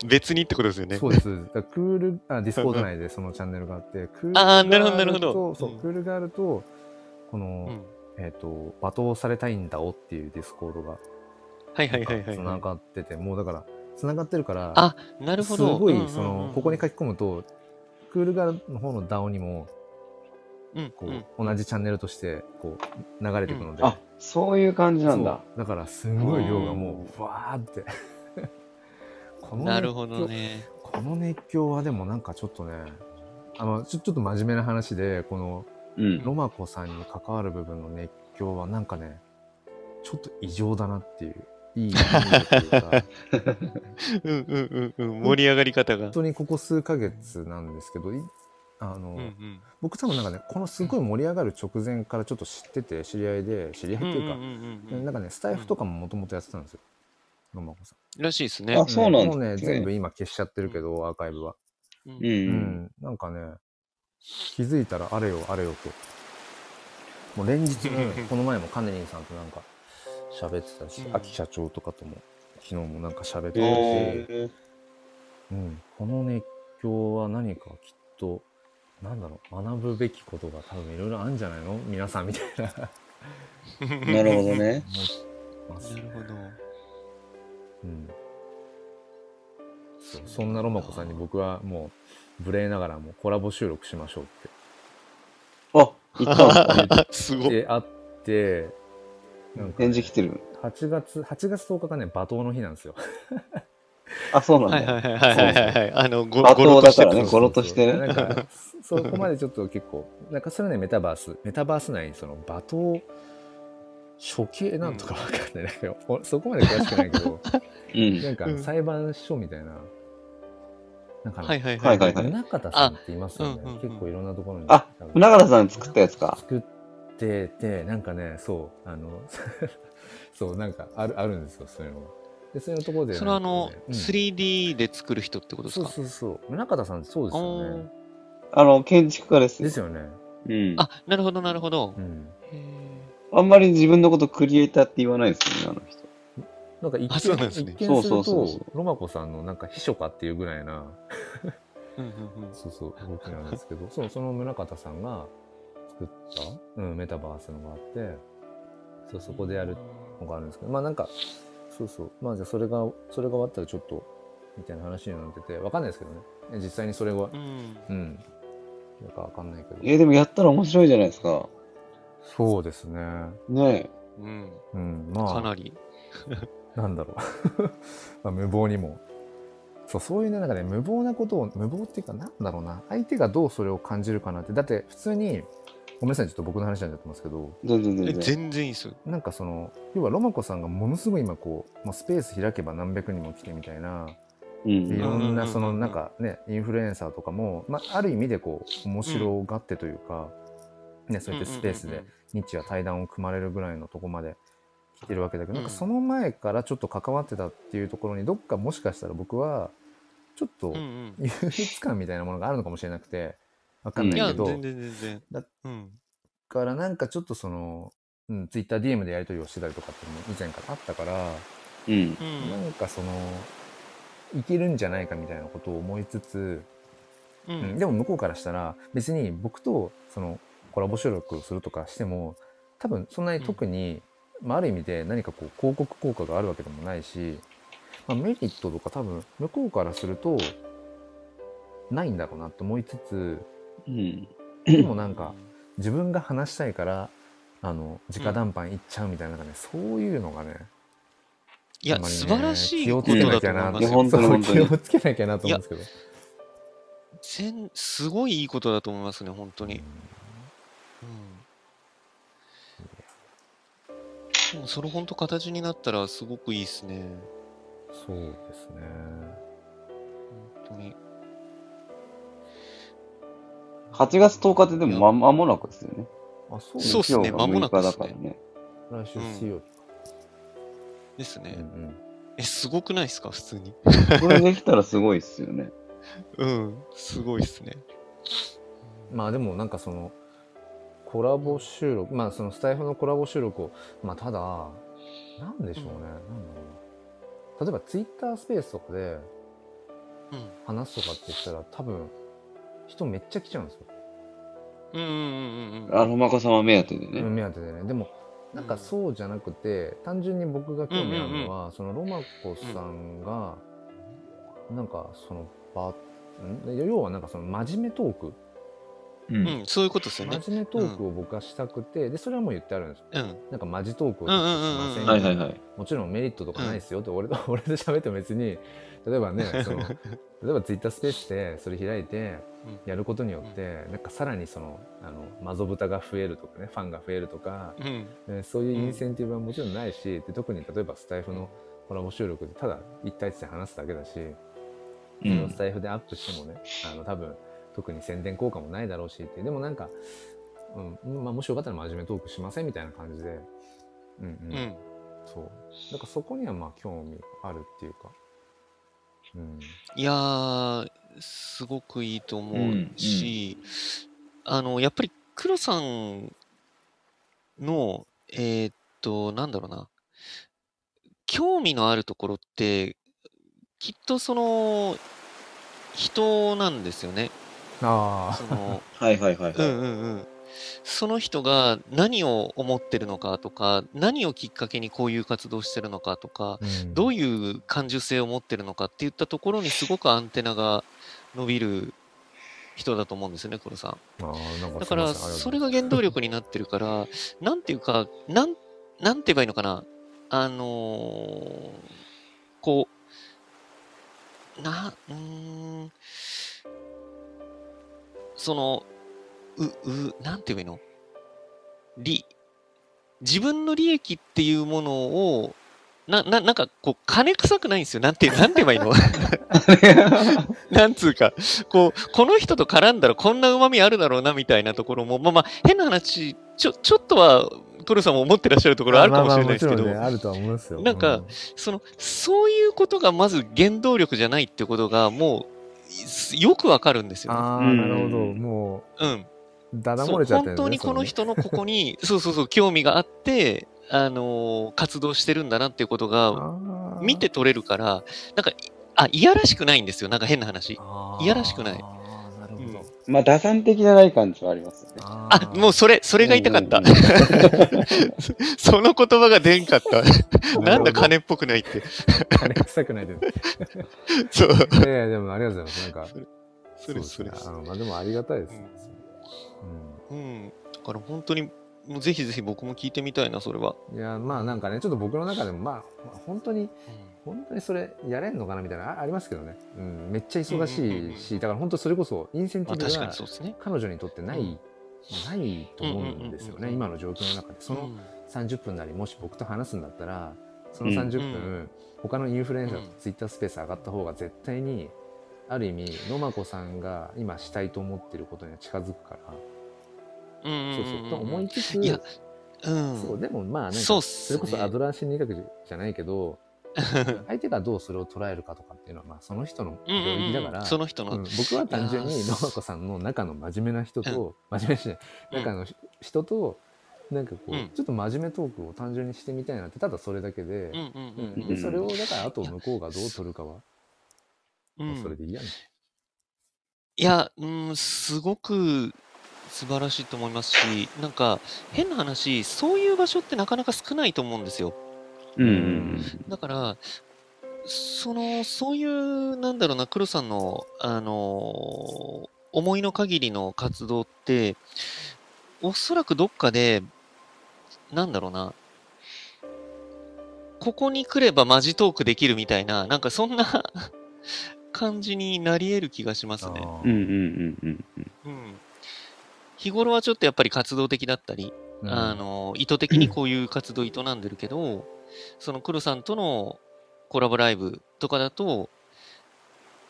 別にってことですよね。そうです。だからクール、あ、ディスコード内でそのチャンネルがあって、クール あーなるほどガールなるほどとそうう、んクールがあると、この、うんえっ、と、罵倒されたいんだおっていうディスコードが、はいはいはいはいつなはい。がってて、もうだから、つながってるから、あ、なるほど。すごうんうんうい、んその、ここに書き込むと、クールガールの方の DAO にも、うんこうんう、同じチャンネルとして、こう、流れてくので、あ、そういう感じなんだ。そうだから、すごい量がもう、わーって。 この熱狂なるほどね。この熱狂はでもなんかちょっとね、あの、ちょちょっと真面目な話で、この、うん。ロマコさんに関わる部分の熱狂はなんかね、ちょっと異常だなっていう、いい意味でと いうか、うんうんうんうん。盛り上がり方が本。当にここ数ヶ月なんですけど、いあの、うんうん。僕多分なんかね、このすごい盛り上がる直前からちょっと知ってて、知り合いで、知り合いっていうか、うんうんうんうなんんかね、スタイフとかももともとやってたんですよ。ロマコさん。らしいですね。あそうなんだもうね、全部今消しちゃってるけど、アーカイブは。ううん。うんん、なんかね、気づいたらあれよあれよと。もう連日、 この前もカネリンさんとなんか喋ってたしう、ん秋社長とかとも、昨日もなんか喋ってへたし、え。うん、この熱狂は何かきっと、なんだろう、学ぶべきことが多分いろいろあるんじゃないの皆さんみたい な。思なるほど。ね。ってます なるほど。うん。そうそんなロマコさんに僕はもう、無礼ながらもコラボ収録しましょうって。あ、行ったん だ。 すごい。で、あって、なんか返事来てる。 8月、8月10日がね、罵倒の日なんですよ。あ、そうなんはいだ。はいはいはいはいはい。あの、ご罵ごろと倒だしかてらね、ゴロとしてそうね。そうそうなんか、そこまでちょっと結構、 なんかそれはね、メタバース、メタバース内にその罵倒、処刑なんとかわかんない、なんかおそこまで詳しくないけど、 うん。なんかうん裁判所みたいな、なんかね、はいはいはいはいはい宗像さんっていますよねあ、うんうんうん結構いろんなところに。あなんか長田さん作ったやつか。作 っててなんかねそうあのそうなんかあるあるんですよそういうのがでそういうところで、それはあの、うん 3D で作る人ってことですそうかそうそう中田さんってそうですよねあの、建築家です。ですよねうん。あーあ、なるほど、なるほどう。んへーあんまり自分のことクリエイターって言わないですよね、あの人。なんか一あ見そうなんですね一見するそとうそうそうそロマコさんのなんか秘書かっていうぐらいなうんうんうんそうそう動きなんですけど そうその宗像さんが作った、うん、メタバースのがあってそうそこでやるのがあるんですけどまあなんかそうそうまあじゃあそれがそれが終わったらちょっとみたいな話になっててわかんないですけどね実際にそれはうん。うんなんかわかんないけどえーでもやったら面白いじゃないですか。そうですねねうん。うんまあかなり。なんだろう、 まあ、無謀にもそうそういうねなんかね無謀なことを無謀っていうかなんだろうな相手がどうそれを感じるかなってだって普通にごめんなさいちょっと僕の話になっちゃってますけどえ。全然え全然。全然いいっすよ。なんかその要はロマコさんがものすごい今こう、まあ、スペース開けば何百人も来てみたいなうでいん。ろんなうんそうんうんのうんなんかねインフルエンサーとかも、まあ、ある意味でこう面白がってというか、ね、そうやってスペースうんうんでうん日夜対談を組まれるぐらいのとこまで来てるわけだけど、なんうかんその前からちょっと関わってたっていうところにどっかもしかしたら僕はちょっとうんうん優越感みたいなものがあるのかもしれなくてわかんういんないや、けど、全然全然。だうん。からなんかちょっとその、うん、TwitterDM でやり取りをしてたりとかっていうのも以前からあったから、うんう。。なんんかそのいけるんじゃないかみたいなことを思いつつううんん。でも向こうからしたら別に僕とそのコラボ収録をするとかしても多分そんなに特に、まあ、ある意味で何かこう広告効果があるわけでもないし、まあ、メリットとか多分向こうからするとないんだろうなと思いつつうん。でもなんか自分が話したいからあの直談判行っちゃうみたいな、なんかねそういうのがねいや、あんまりね素晴らしい気をこつとけだなときゃな思いっまてすいやそうよ。本当に本当に気をつけなきゃなと思うんですけど。せんすごいいいことだと思いますね、本当に。うん。でもそれ本当形になったらすごくいいですね。そうですね。本当に。 8月10日ってでもま間もなくですよね。あ、そうそうっすね今日が間もなくっすね6日だからね。来週水曜です日。ね。うんえ、すごくないですか普通に。これできたらすごいっすよ ね。うん。すごいですね。うんまあでもなんかその、コラボ収録、まあそのスタイフのコラボ収録を、まあただ、なんでしょうね。うんなんだろうな例えばツイッタースペースとかでうん。話すとかって言ったら多分、人めっちゃ来ちゃうんですよ。うんうんうんうんうん。あの、まこさま目当てでうんね。目当てでね。でも、なんかそうじゃなくて、単純に僕が興味あるのは、そのロマコさんが、なんかその場、ん要はなんかその真面目トークう。うん、そういうことですよね。真面目トークを僕はしたくて、でそれはもう言ってあるんですようん。なんかマジトークをちょっとしませんうんかはいはいはい。もちろんメリットとかないですよって俺と 俺と喋っても別に例えばねそ の例えばツイッタースペースでそれ開いてうんやることによってなんかさらにそのあのマゾブタが増えるとかねファンが増えるとか、うん。えーそういうインセンティブはもちろんないし、で特に例えばスタイフのコラボ収録でただ一対一で話すだけだし、うそれをんス。タイフでアップしてもね、あの多分特に宣伝効果もないだろうしっていうでもなんか、うんまあ、もしよかったら真面目トークしませんみたいな感じで、うんうんうん。そうなんかそこにはまあ興味あるっていうか、うん、いやー、すごくいいと思うし、あの、やっぱり黒さんの、えーっと、なんだろうな、興味のあるところって、きっとその、人なんですよね。あそ の、はいはいはいはうい。んうんうん。その人が何を思ってるのかとか、何をきっかけにこういう活動してるのかとあ、か、うんどういう感受性を持ってるのかっていったところにすごくアンテナが伸びる人だと思うんですよね、黒さん。あーなんかだすかいまら、せんありそとれうが原動力になってるから、なんていうか、なん、なんて言えばいいのかな。あのーこう、な、うーん、その、う、う、なんて言えばいいの利、自分の利益っていうものを、な、な、なんか、こう、金臭くないんですよ。なんて、なんて言えばいいの なんつうか、こう、この人と絡んだらこんな旨味あるだろうな、みたいなところも、まあまあ、変な話、ちょ、ちょっとはトルーさんも思ってらっしゃるところあるかもしれないですけど、まあまあもちろんね、あるとは思いますよ。なんかうその、そういうことがまず原動力じゃないってことが、もう、よくわかるんですよああ、うんなるほど。もね。うん。う、だだそ漏うれちゃって本る、ね、当にこのそ人のここに、 そうそうそう、興味があって、あのー活動してるんだなっていうことれね。が、あー見て取れるから、なんか、あ、いやらしくないんですよ。なんか変な話。いやらしくないあーなるほうんど。 まあ、打算的じゃない感じはありますよね。あ、もうそれ、それが言いたかったうん。うんうんその言葉が出んかった。うなんだ金っぽくないって。金臭くないで。そう。い やいや、でもありがとうございます。なんか、それそれ。あの、まあ、でもありがたいです。うんううん。だから本当に、もうぜひぜひ僕も聞いてみたいな、それは。ん。いや、まあなんかね、ちょっと僕の中でも、まあ、本当に、本当にそれやれんのかなみたいな、あありますけどね。うん、めっちゃ忙うんうんしうんいし、だから本当それこそ、インセンテまィブあ確かがにそうですね。彼女にとってない、うんないと思うんですようんうんうんうね、ん今の状況の中で。そのうん30分なりもし僕と話すんだったらそのうん30分、う他のインフルエンサーうんとツイッタースペース上がった方が絶対にある意味野間子さんが今したいと思ってることには近づくから、うんうんそうそうと思いつついやうんそうでもまあなんかそうっそすれねこそアドラー心理学じゃないけ ど相手がどうそれを捉えるかとかっていうのはまあその人のうんうん領うん域だから。その人の、うん僕は単純いにやー野間子さんの中の真面目な人と、真面目じゃないうん中のひ人となんかこう、うんちょっと真面目トークを単純にしてみたいなってただそれだけでう、んうんうんうんでそれをだからあと向こうがどう取るかはうんもうそれでいいやん、いや、うん、すごく素晴らしいと思いますし、なんか変な話、そういう場所ってなかなか少ないと思うんですよ。うんうんだから、その、そういう、なんだろうな、黒さんの、あのー思いの限りの活動って、おそらくどっかで、なんだろうな、ここに来ればマジトークできるみたいな、なんかそんな感じになり得る気がしますね。うん。うんうんうんうん。日頃はちょっとやっぱり活動的だったり、うんあの意図的にこういう活動を営んでるけど、その黒さんとのコラボライブとかだと、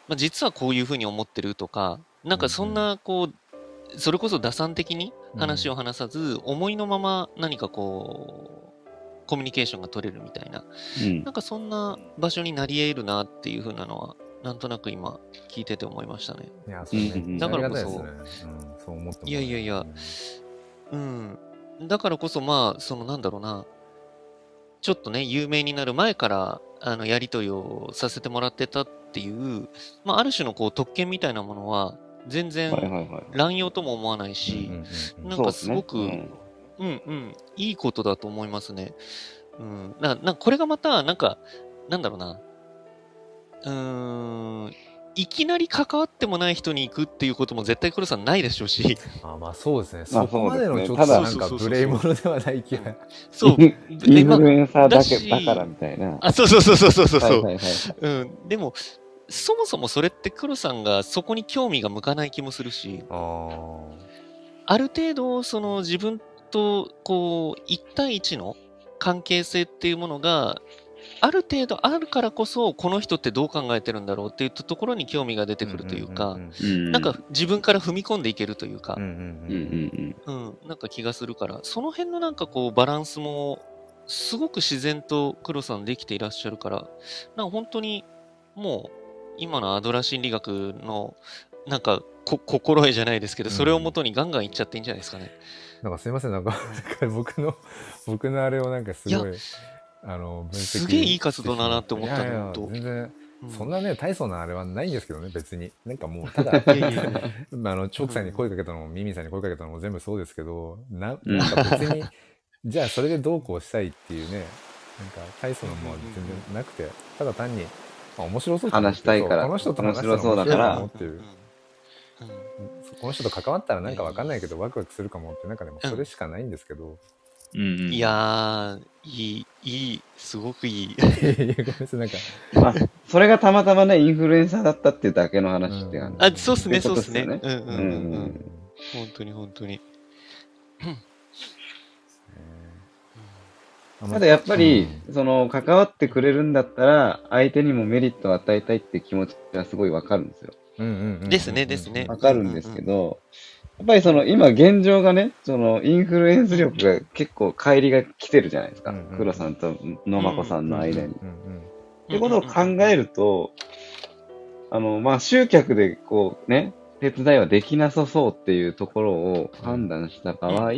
まあ、実はこういうふうに思ってるとか、なんかそんなこう、それこそ打算的に話を話さず、思いのまま何かこう、コミュニケーションが取れるみたいな、うんなんかそんな場所になり得るなっていうふうなのは、なんとなく今聞いてて思いましたね。いやそれめっちゃだからこあそりがたいですねうん、そう思ってもらえるいやいやいやうんうん。だからこそ、まあ、その、なんだろうな、ちょっとね、有名になる前から、あの、やりとりをさせてもらってたっていう、まあ、ある種の、こう、特権みたいなものは、全はいはい然はい。乱用とも思わないうしん、うんうんなんかすごくそうですねうんうん、いいことだと思いますね。うん、ななんかこれがまた、なんか、なんだろうな。うーん、いきなり関わってもない人に行くっていうことも絶対黒さんないでしょうし、あまあそうですねまそあこまでのちょっとそうですねただ。なんか無礼者ではない気がそう イでンまあフルエンサーだけだしだからみたいな。あ、そうそうそうそうそうそう。はいはいはい。うん、でも、そもそもそれって黒さんがそこに興味が向かない気もするし、あーある程度、その自分とこう、一対一の関係性っていうものが、ある程度あるからこそ、この人ってどう考えてるんだろうっていうところに興味が出てくるというかん、んなんか、自分から踏み込んでいけるというかうん、ううんんううんうんんうん、なんか気がするから、その辺のなんかこう、バランスも、すごく自然と黒さんできていらっしゃるから、なんか本当に、もう、今のアドラー心理学の、なんか、こ心得じゃないですけど、うんそれをもとにガンガンいっちゃっていいんじゃないですかね。なんかすいませんなんかなんか僕の僕のあれをなんかすごいあの分析すげえいい活動だなって思ったのいやいや本当全然うんそんなね大層なあれはないんですけどね別 になんかもうただいやいやいやまあ、あの、チョークさんに声かけたのも、ミミさんに声かけたのも全部そうですけど、 な、なんか別に、じゃあそれでどうこうしたいっていうね、なんか大層なものは全然なくて、ただ単に、まあ、面白そうと思って話したいからそうこの人と話したら面白そうだから面白いかもっていう。うんうんこの人と関わったらなんかわかんないけど、ワクワクするかもって、なんかでもそれしかないんですけど、うんうん。いやー、いい、いい、すごくいい。いやいや別になんか、まあ、それがたまたまね、インフルエンサーだったっていうだけの話って感じ。あ、そうっすね、ってそうことっっすすね。うんよねうんううんんううんん。本当に本当に。あんまただやっぱり、その、関わってくれるんだったら、相手にもメリットを与えたいって気持ちがすごいわかるんですよ。うんうんうんうんうんですねですねうわかるんですけど、やっぱりその今現状がね、そのインフルエンス力が結構乖離が来てるじゃないですか。うんうん黒さんと野まこさんの間に。っうんうんてことを考えると、あの、まあ、集客でこうね、手伝いはできなさそうっていうところを判断した場合、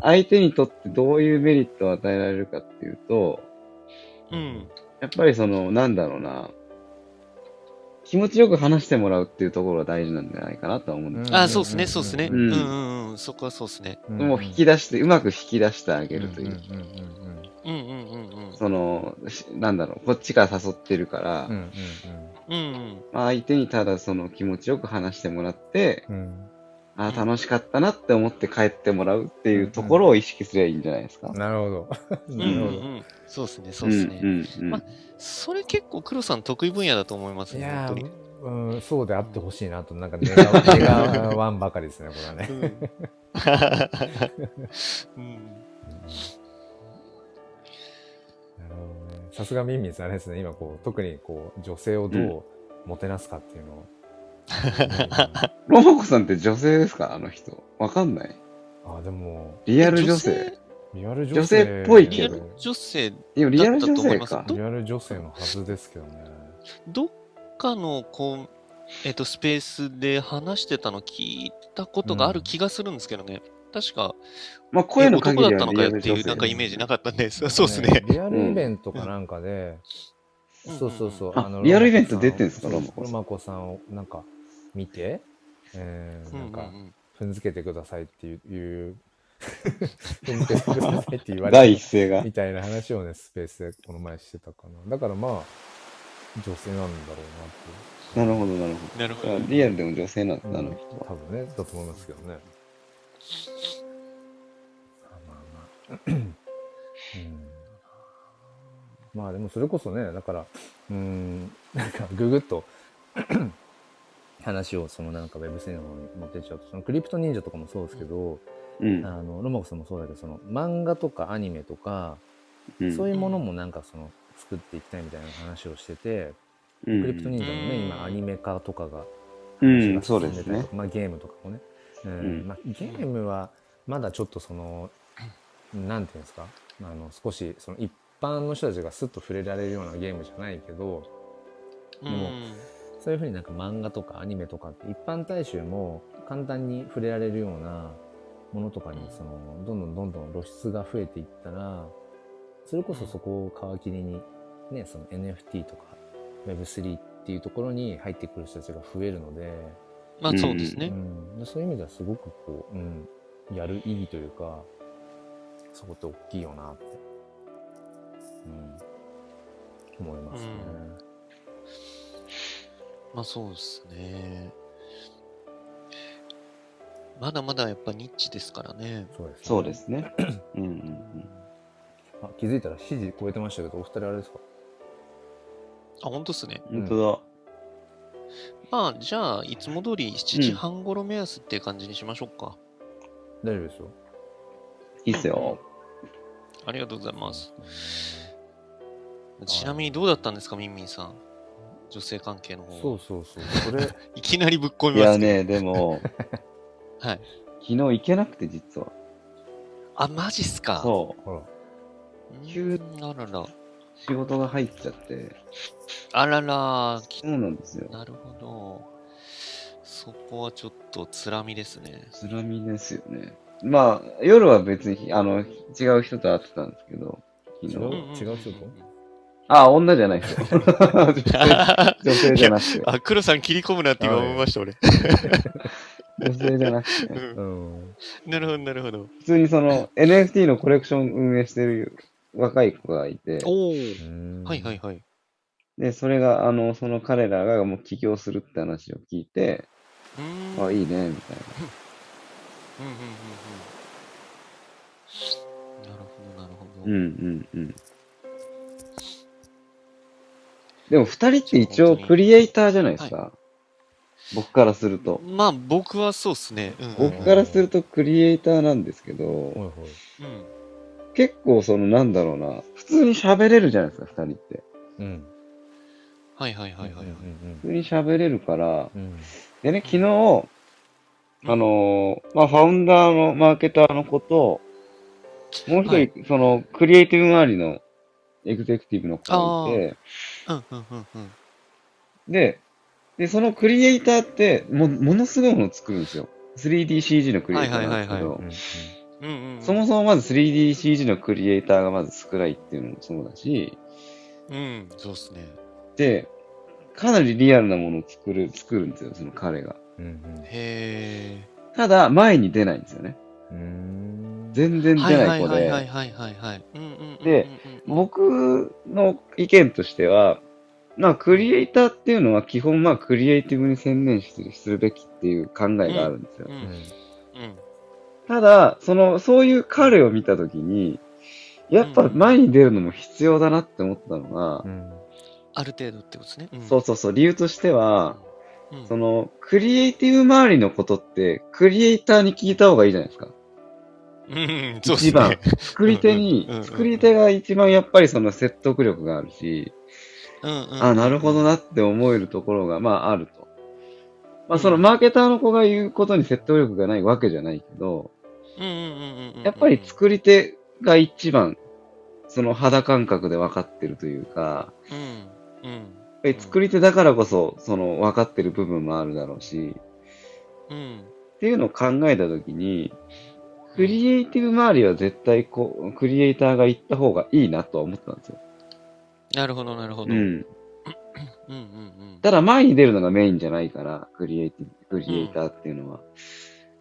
相手にとってどういうメリットを与えられるかっていうと、うん。やっぱりその、なんだろうな、気持ちよく話してもらうっていうところが大事なんじゃないかなとは思うんですようんあー、そうですね、そうですね。ううんんうんうん。そこはそうですね。うんもう引き出して、うまく引き出してあげるという。うんうんうんうんうんうんうんうん。その、しなんだろう、こっちから誘ってるから、うんうんまあ相手にただその気持ちよく話してもらって、うんうんああ、楽しかったなって思って帰ってもらうっていうところを意識すればいいんじゃないですか。なるほど。うん。うなんうるほんど。うん。そうですね、そうですね。んうんまあそれ結構黒さん得意分野だと思いますいね、や本当ーに。、うん、そうであってほしいなと、なんか願う、願わんばかりですね、これはね。うんうんなるほどね。さすがミンミンさんあれですね、今こう、特にこう、女性をどううもてなすかっていうのを。 ロマコさんって女性ですかあの人。わかんない。あ、でも、リアル女性。リアル女性。女性っぽいリけアどル女性、いや、リアルだった女性とか思いま。すリアル女性のはずですけどね。どっかの、こう、えっと、スペースで話してたの聞いたことがある気がするんですけどね。確か、まあ、声の限男だりったのはリかアよルってい女う、なんかイメ性。ージなかったんです。そうですなんねか。リアルイベントかなんかで、うんそうそうそう。あリアルイベントロマコさ出てんすかロマコさんロマコさんを、なんか、見て、えー、うんうなんんかう、ん踏んづけてくださいっていういう、 踏んづけてくださいって言わ第れ一声がた。みたいな話をね、スペースでこの前してたかな。だからまあ、女性なんだろうなっなるほど、なるなるほほど。ど。リアルでも女性なんてだ、いう。あうのん人は。多分ね、だと思いますけどね。まあまあまあ。うん、まあでもそれこそね、だから、うん、なんかググっと、 話をそのなんか Web3 の方に持ってっちゃうと、そのクリプト忍者とかもそうですけど、うん。あのロマコさんもそうだけどその漫画とかアニメとか、うんそういうものもなんかその作っていきたいみたいな話をしてて、うんクリプト忍者もねうん今アニメ化とかがうん話が進んそうですたりとねかまあ、ゲームとかもね、うんうんまあ、ゲームはまだちょっとそのなんていうんですかあの少しその一般の人たちがスッと触れられるようなゲームじゃないけどうでもんそういうふうになんか漫画とかアニメとかって一般大衆も簡単に触れられるようなものとかにそのどんどんどんどん露出が増えていったらそれこそそこを皮切りに、ね、その NFT とか Web3 っていうところに入ってくる人たちが増えるので、まあそうですねう。ん、でそういう意味ではすごくこう、うん、やる意義というかそこって大きいよなって、うん、思いますね。まあそうですね。まだまだやっぱニッチですからね。そうですねそうですね。うんうんうん。あ気づいたら7時超えてましたけどお二人あれですかあ、本当ですね。本当だ。まあじゃあ、いつも通り7時半頃目安っていう感じにしましょうか。大丈夫ですよいいっすよ。ありがとうございます。いちなみにどうだったんですか、ミンミンさん。女性関係の方はそうそう そうそれいきなりぶっ込いみまやすけど。ね、でも、はい。昨日行けなくて実は。あ、マジっすか。そほらう急ーんあらら。う。仕事が入っちゃって。あらら。きそうなんですよ。なるほど。そこはちょっとつらみですね。つらみですよね。まあ、夜は別に、あの、違う人と会ってたんですけど、違う昨日。違う人とあ、女じゃないですよ。女性女性じゃなくて。あ、黒さん切り込むなって今思いま した、俺。女性じゃなくて。ううんんなるほど、なるほど。普通にその NFT のコレクション運営してる若い子がいて、おお。うんはいはいはい。で、それが、あの、その彼らがもう起業するって話を聞いて、うーん。あ、い。いいね、みたいな。うんうんうんうん。なるほど、なるほど。うんうんうん。でも二人って一応クリエイターじゃないですか。僕からすると。まあ僕はそうっすね。うんうん僕からするとクリエイターなんですけほど、いほいうん。結構そのなんだろうな、普通に喋れるじゃないですか、二人って。うんはいはいはいはい。普通に喋れるから、うんでね、昨日、あのーまあ、ファウンダーのマーケターの子と、もう一人、はいその、クリエイティブ周りのエグゼクティブの子がいて、うんうんうんうん。で、で、そのクリエイターって、も、ものすごいものを作るんですよ。3DCG のクリエイターなんですけはいはいはいど、うんうんうん。そもそもまず 3DCG のクリエイターがまず少ないっていうのもそうだし、うん、そうっすね。で、かなりリアルなものを作る、作るんですよ、その彼が。うんうんへただ、前に出ないんですよね。うん全然え。出はいはないい子はいはいで。はいはいはい。うんうんうんうんうん。で、僕の意見としては、まあ、クリエイターっていうのは基本、まあ、クリエイティブに専念するするべきっていう考えがあるんですよ。うんううんん。うんただ、その、そういう彼を見たときに、やっぱ前に出るのも必要だなって思ったのがう、んある程度ってことですね。んそうそうそう、理由としては、うん。その、クリエイティブ周りのことって、クリエイターに聞いた方がいいじゃないですか。うん、そうっすね。一番作り手にうんうんうんう、ん作り手が一番やっぱりその説得力があるし、うんうん。あ、なるほどな。なって思えるところが、まああると。まあそのうんマーケターの子が言うことに説得力がないわけじゃないけど、うんうんうんうんうん。やっぱり作り手が一番、その肌感覚で分かってるというか、うん。うん。やっぱり作り手だからこそ、その分かってる部分もあるだろうし、うん。っていうのを考えたときに、クリエイティブ周りは絶対こう、クリエイターが行った方がいいなとは思ったんですよ。なるほど、なるほど。ううんん。うんうん。ただ前に出るのがメインじゃないから、クリエイティブ、クリエイターっていうのは。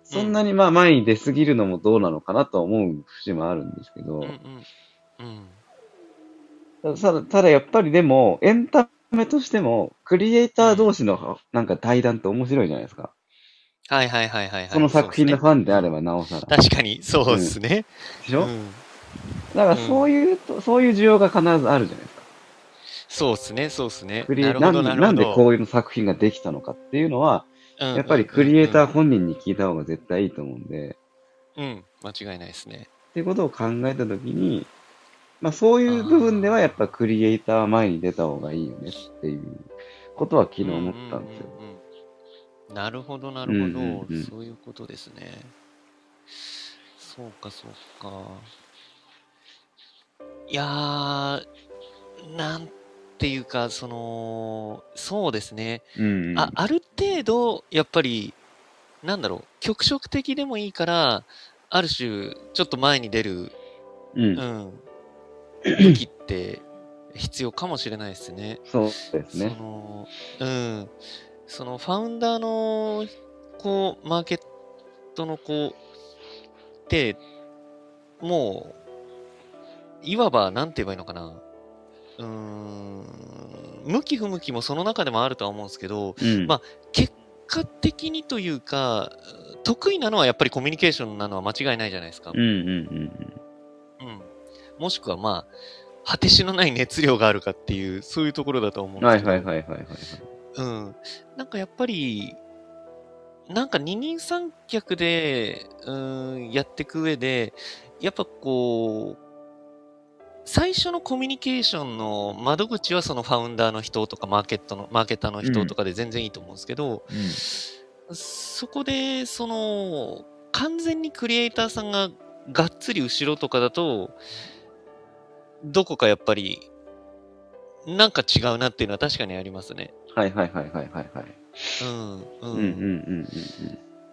そんなにまあ前に出すぎるのもどうなのかなとは思う節もあるんですけうどんう、んうん。ただただただやっぱりでも、エンタメとしても、クリエイター同士のなんか対談って面白いじゃないですか。はいはいはいはいはい。その作品のファァンであればなおさら。で確かに、そうっすね。しうょん。だからそういうと、そういう需要が必ずあるじゃないですか。そうっすね、そうっすね。クリなエイるなほんど、でなるほど。なんでこういう作品ができたのかっていうのうんうんは、うんうんやっぱりクリエイター本人に聞いた方が絶対いいと思うんで、うん、間違いないですね。っていうことを考えたときに、まあそういう部分ではやっぱクリエイターは前に出た方がいいよねっていうことは昨日思ったんですよ。ううんうんうんなるほど、なるほど、うんうんうんそういうことですね。そうか、そうか。いやー、なんていうか、その、そうですね。うんうん。あある程度、やっぱり、なんだろう、局所的でもいいから、ある種、ちょっと前に出る、うう。んん、時って必要かもしれないですね。そうですねそ。の、うん。その、ファウンダーの、こう、マーケットの子って、もう、いわば、なんて言えばいいのかな。うーん。向き不向きもその中でもあるとは思うんですけど、うん。まあ結果的にというか、得意なのはやっぱりコミュニケーションなのは間違いないじゃないですか。うんうんうんうん。もしくは、まあ、果てしのない熱量があるかっていう、そういうところだと思ううんん。ですはけいど。はいはいはいはい。うん。なんかやっぱり、なんか二人三脚で、うん、やっていく上で、やっぱこう、最初のコミュニケーションの窓口はそのファウンダーの人とかマーケットの、マーケターの人とかで全然いいと思うんですけど、そこで、その、完全にクリエイターさんががっつり後ろとかだと、どこかやっぱり、なんか違うなっていうのは確かにありますね。はいはいはいはいはいはい。うんううんんうんうん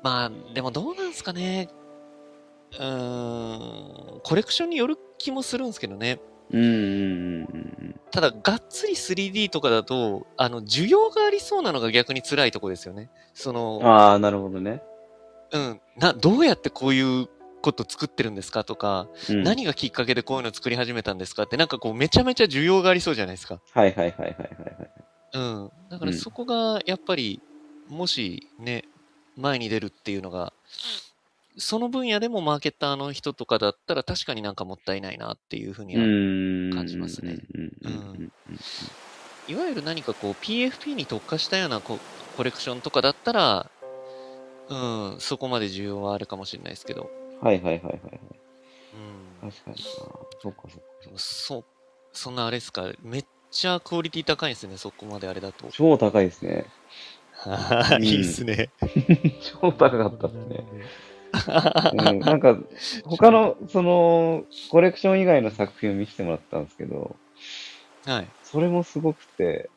まあでもどうなんですかねうーんコレクションによる気もするんですけどねうんうん。うんうんうんうんただがっつり 3D とかだとあの需要がありそうなのが逆に辛いとこですよねそうん。のああ、なるほどね。うんなどうやってこういうこと作ってるんですかとか、うん何がきっかけでこういうの作り始めたんですかってなんかこうめちゃめちゃ需要がありそうじゃないですかはいはいはいはいはいはい。うんだかうらんそこがやっぱり、もしね前に出るっていうのがその分野でもマーケターの人とかだったら確かになんかもったいないなっていうふうにうは、ん。感じますね。うんうんうんうん。いわゆる何かこう PFP に特化したようなココレクションとかだったらうんそこまで需要はあるかもしれないですけど、はいはいはいはいはい。うん、確かにな。そうかそうかそうか。そそんなあれですかめっちゃクオリティ高いんですね、そこまであれだと。超高いですね。はあいいっすね。超高かったですね。うん、なんか、他の、その、コレクション以外の作品を見せてもらったんですけど、はい。それもすごくて、で、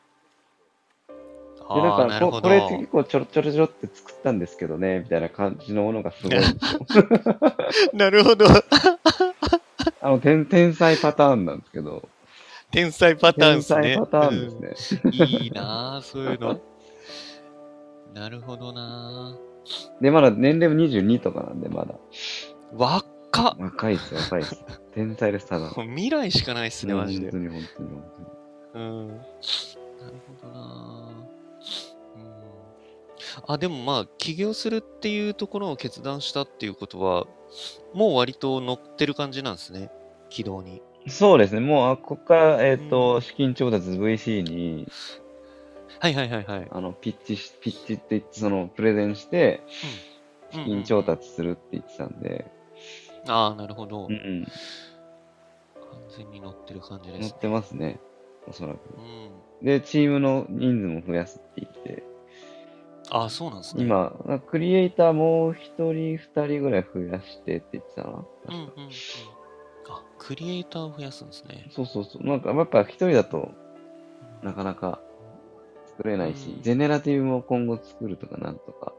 ああ、ななんるかほこ、ど。これ結構ちょろちょろちょろって作ったんですけどね、みたいな感じのものが すごい。なるほど。 あの、天天才パターンなんですけど、天才パターンで天すね。才パターンですね。うんいいなあ、そういうの。なるほどなで、まだ年齢も22とかなんで、まだ。あ。若っ。若いです、若いです。 天才です、ただ。もう未来しかないっすね、マジで。本当に、本当に、本当に。うん。なるほどなぁ。うん。あ、でもまあ、起業するっていうところを決断したっていうことは、もう割と乗ってる感じなんですね。軌道に。そうですね、もう、あここから、えっ、うと、ん資金調達 VC に、はいはいはいはい。あの、ピッチし、ピッチって言って、その、プレゼンして、うんうん資う金ん調達するって言ってたんで、ああ、なるほど。うん、完全に乗ってる感じうん、で乗すっ。てますね、おそらく。うん。で、チームの人数も増やすって言って、ああ、そうなんですね。。今、あクリエイターもう一人、二人ぐらい増やしてって言ってたな。うんうんうん。あ、クリエイターを増やすんですね。そうそうそう。なんか、やっぱ一人だと、なかなか作れないし、うんジェネラティブも今後作るとかなんとか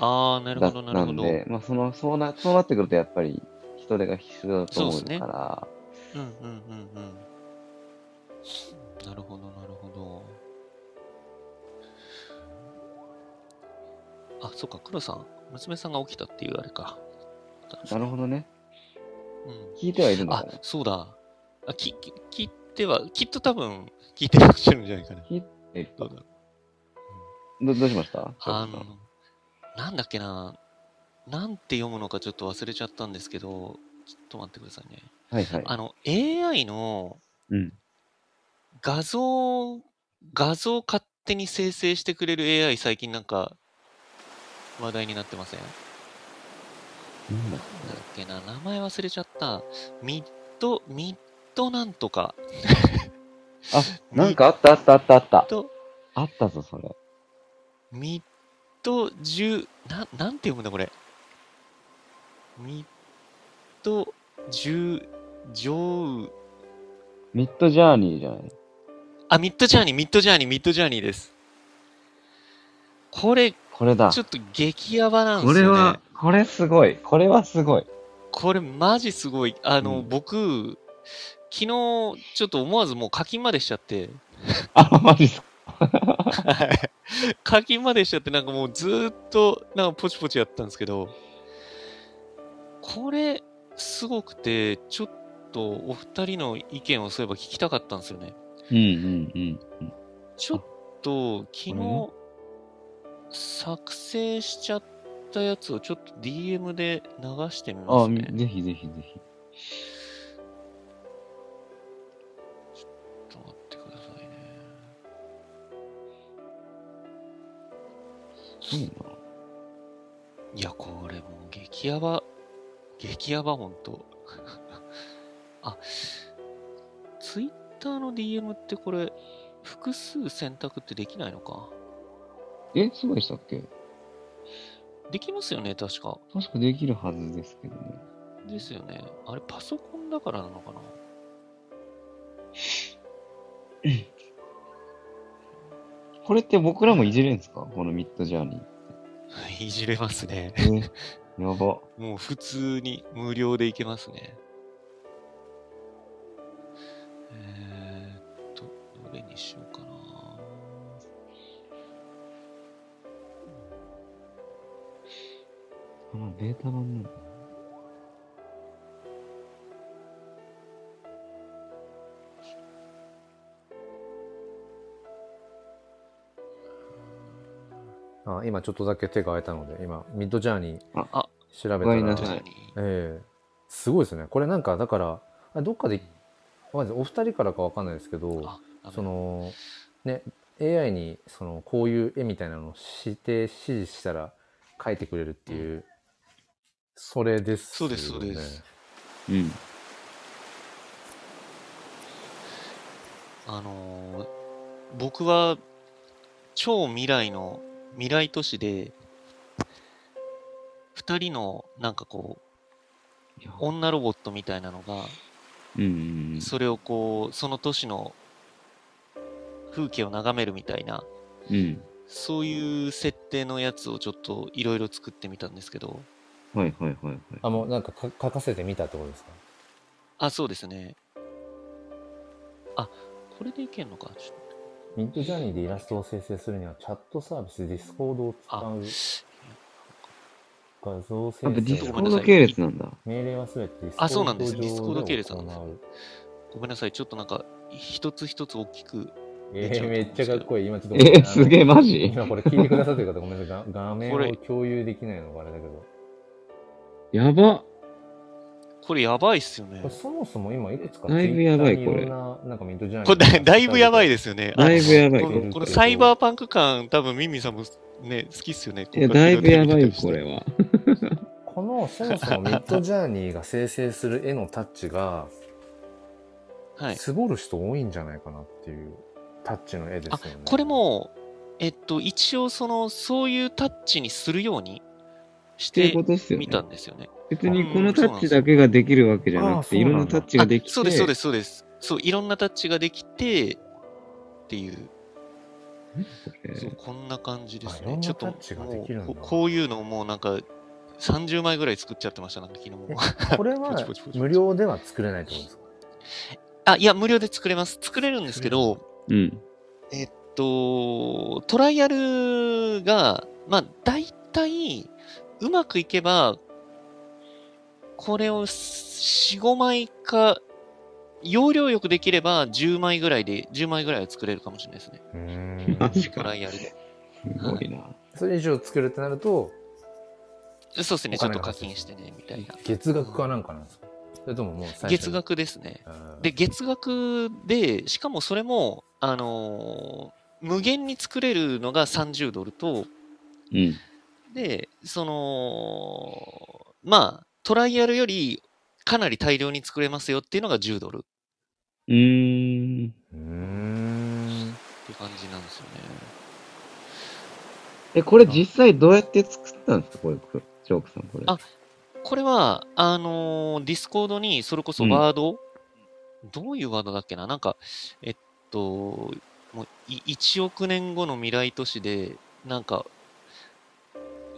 ああ、なるだほっどなたるほんど。で、まあ、その、そうな、そうなってくるとやっぱり人手が必要だと思そううですねから、うんうんうんうん。なるほど、なるほど。あ、そっか、黒さん、娘さんが起きたっていうあれか。なるほどね。うん、聞いてはいるのかあな、そうだ。あ、き、き、聞いては、きっと多分、聞いてらっしゃるんじゃないかな。聞いえどうだろう。どどうしましたあの、なんだっけな、なんて読むのかちょっと忘れちゃったんですけど、ちょっと待ってくださいね。はいはい。あの、AI の、うん。画像、画像を勝手に生成してくれる AI 最近なんか話題になってませんなんだなんだっけな、名前忘れちゃった。ミッド、ミッドなんとか。あ、なんかあったあったあったあっミッた。ド、あったぞ、それ。ミッド10、な、なんて読むんだこれ。ミッド10、ジョウ、ミッドジャーニーじゃないあ、ミッドジャーニー、ミッドジャーニー、ミッドジャーニーです。これ、ちこれだ。ょっと激ヤバなんでこすよね。れは、これすごい。これはすごい。これマジすごい。あの、うん僕、昨日、ちょっと思わずもう課金までしちゃって、 あ、マジっすか。課金までしちゃって、なんかもうずーっと、なんかポチポチやったんですけど、これ、すごくて、ちょっとお二人の意見をそういえば聞きたかったんですよね。うんうんうん。ちょっと、昨これね日、作成しちゃったやつをちょっと DM で流してみまあ、すみね。ぜひぜひぜひ。ちょっと待ってくださいね。すごいないや、これもう激ヤバ、激ヤバ、ほんと。 あ、ツイッターの DM ってこれ、複数選択ってできないのか。え、そうでしたっけできますよね、確か。確かできるはずですけどね。ですよね。あれ、パソコンだからなのかな。 これって僕らもいじれんすかこのミッドジャーニー。いじれますね。 え、やば。もう普通に無料でいけますね。えーっと、どれにしようかな。あ、まあベータ版なんだ。あ今ちょっとだけ手が空いたので今ミッドジャーニーあ調べごためんらなさいええすごいですねこれなんかだからあどっかでわかんないですお二人からかわかんないですけどあ、ダメそのね AI にそのこういう絵みたいなのを指定指示したら描いてくれるっていう、それですそうですそうですうん。あのー僕は超未来の未来都市で、二人のなんかこう、女ロボットみたいなのが、うんうんうん。それをこう、その都市の風景を眺めるみたいな、うん。そういう設定のやつをちょっといろいろ作ってみたんですけど、はいはいはいはい。あ、もうなんかか書かせてみたってことですかあ、そうですね。あ、これでいけんのか。ちょっミッドジャーニーでイラストを生成するにはチャットサービス、ディスコードを使う画像生あとディス成コごめんなーさドい系列なんだ。命令はすべてディスコードあそうなんですディスコード上系列なんです行うとごめんなさい。ちょっとなんか、一つ一つ大きく。えー、めっちゃかっこいい。今ちょっとえごめんなー、さい。すげえ、マジ今これ聞いてくださってる方ごめんなさい。が画面これを共有できないのがあれだけど。やば。これやばいっすよねこれ。そもそも今いくつかだいぶやばい Twitter にろんななんかミッドジャーニー これだだいぶやばいですよね。あだいぶやばい、ここれの。このサイバーパンク感、多分ミミさんもね、好きっすよね。いや、だいぶやばい、これ は。このそもそもミッドジャーニーが生成する絵のタッチが、はい。つぼる人多いんじゃないかなっていうタッチの絵ですよあね。、これも、えっと、一応その、そういうタッチにするようにしっていうてことっすよねみ。たんですよね。別にこのタッチだけができるわけじゃなくて、あーいそうろなんんだなタッチができて、あそうです、そうです、そうです。そう、いろんなタッチができて、っていう。すそうこんな感じですあいろねん。なちょっとタッチができるんだもうここういうのをもうなんか30枚ぐらい作っちゃってました、なんか昨 日も。これポはチポチポチポチ無料では作れないってことですかあ、いや、無料で作れます。作れるんですけど、うん。えっと、トライアルが、まあ、大体、うまくいけば、これを4、5枚か、容量よくできれば10枚ぐらいで、10枚ぐらいは作れるかもしれないですね。うーんマジトかラ。イアルで。すごいな。それ以上作るってなると、そうですね、おちょ金っとが課発生金してね、みたいな。月額かなんかなんですかそれとももう最初に月。額ですね。うんで、、月額で、しかもそれも、あのー無限に作れるのが30ドルと、うん。で、その、まあ、トライアルよりかなり大量に作れますよっていうのが10ドルっうーん。うーん。ていう感じなんですよね。え、これ実際どうやって作ったんですかこれ、チョークさん、これ。あこれは、あのーディスコードにそれこそワード、どういうワードだっけななんか、えっと、もうい1億年後の未来都市で、なんか、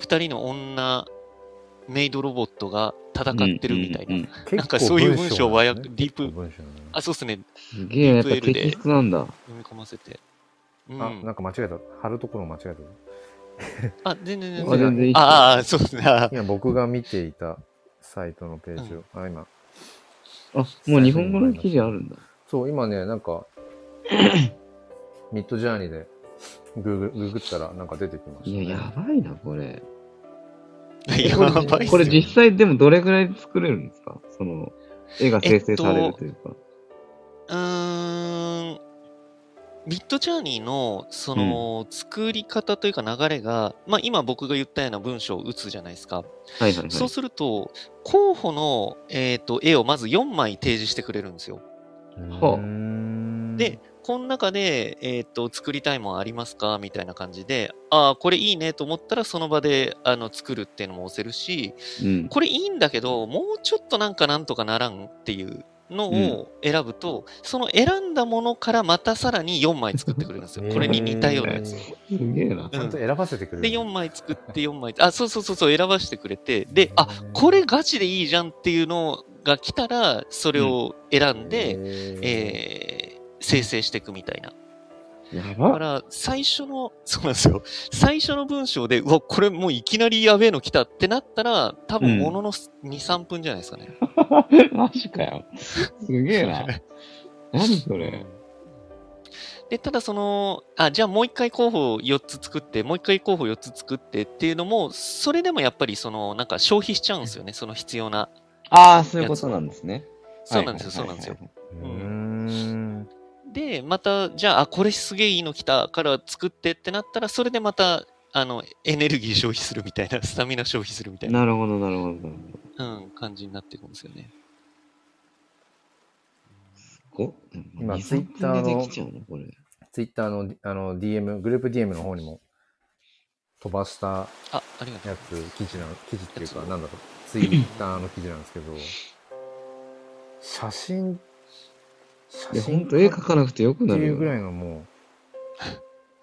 2人の女メイドロボットが戦ってるみたいな。うんうんうんなんかそういう文章は結構ディープ結構文章だねあ、そうっすね。すげえ、やっぱ DeepL でテキストなんだ。読み込ませて。うん、あ、なんか間違えた。貼るところ間違えた。あ、全然全あ然。全然いいっすよああ、そうですね。あ今僕が見ていたサイトのページを、あ、今。あ、もう日本語の記事あるんだ。そう、今ね、なんか、 ミッドジャーニーでググググったらなんか出てきました、いね。や、やばいな、これ。やこればいっすこれよ。実際でもどれぐらいで作れるんですかその、絵が生成されるというか。うーん。ミッドジャーニーの、その、作り方というか流れが、まあ今僕が言ったような文章を打つじゃないですか。はいはいはい。そうすると、候補の、えっ、と、絵をまず4枚提示してくれるんですよ。ほううで、、この中で、えっ、と、作りたいもんありますかみたいな感じで、ああ、これいいねと思ったら、その場で、あの、作るっていうのも押せるし、うん。これいいんだけど、もうちょっとなんかなんとかならんっていうのを選ぶと、その選んだものからまたさらに4枚作ってくれるんですよ。これに似たようなやつ。えすげえなー。ちゃんと選ばせてくれる。で、4枚作って4枚、あ、そうそうそうそう、選ばせてくれて、で、あ、これガチでいいじゃんっていうのが来たら、それを選んで、ええー生成していくみたいな。やだかば。ら、最初の、そうなんですよ。最初の文章で、うわ、これもういきなりやべえの来たってなったら、多う分んものの2、3分じゃないですかね。マジかよ。すげえ な。何それ。で、ただその、あ、じゃあもう一回候補4つ作って、もう一回候補4つ作ってっていうのも、それでもやっぱりその、なんか消費しちゃうんですよね、その必要な。ああ、そういうことなんですね。そうなんですよ、そうはいなはんいですよ。ー、うーん。で、また、じゃあ、あ、これすげえいいの来たから作ってってなったら、それでまた、あの、エネルギー消費するみた いな、スタミナ消費するみたいな、なるほど、なるほど、なるほど。うん、感じになっていくんですよね。個今2 3 Twitter の分でできちゃうのこれ。ツイッターのあの DM、グループ DM の方にも飛ばしたあ、ありがとう。やつ、記事なの、記事っていうか、なんだろう、ツイッターの記事なんですけど、写真、い写や、ほん真と絵描かなくてよくっなてるいようぐらいのも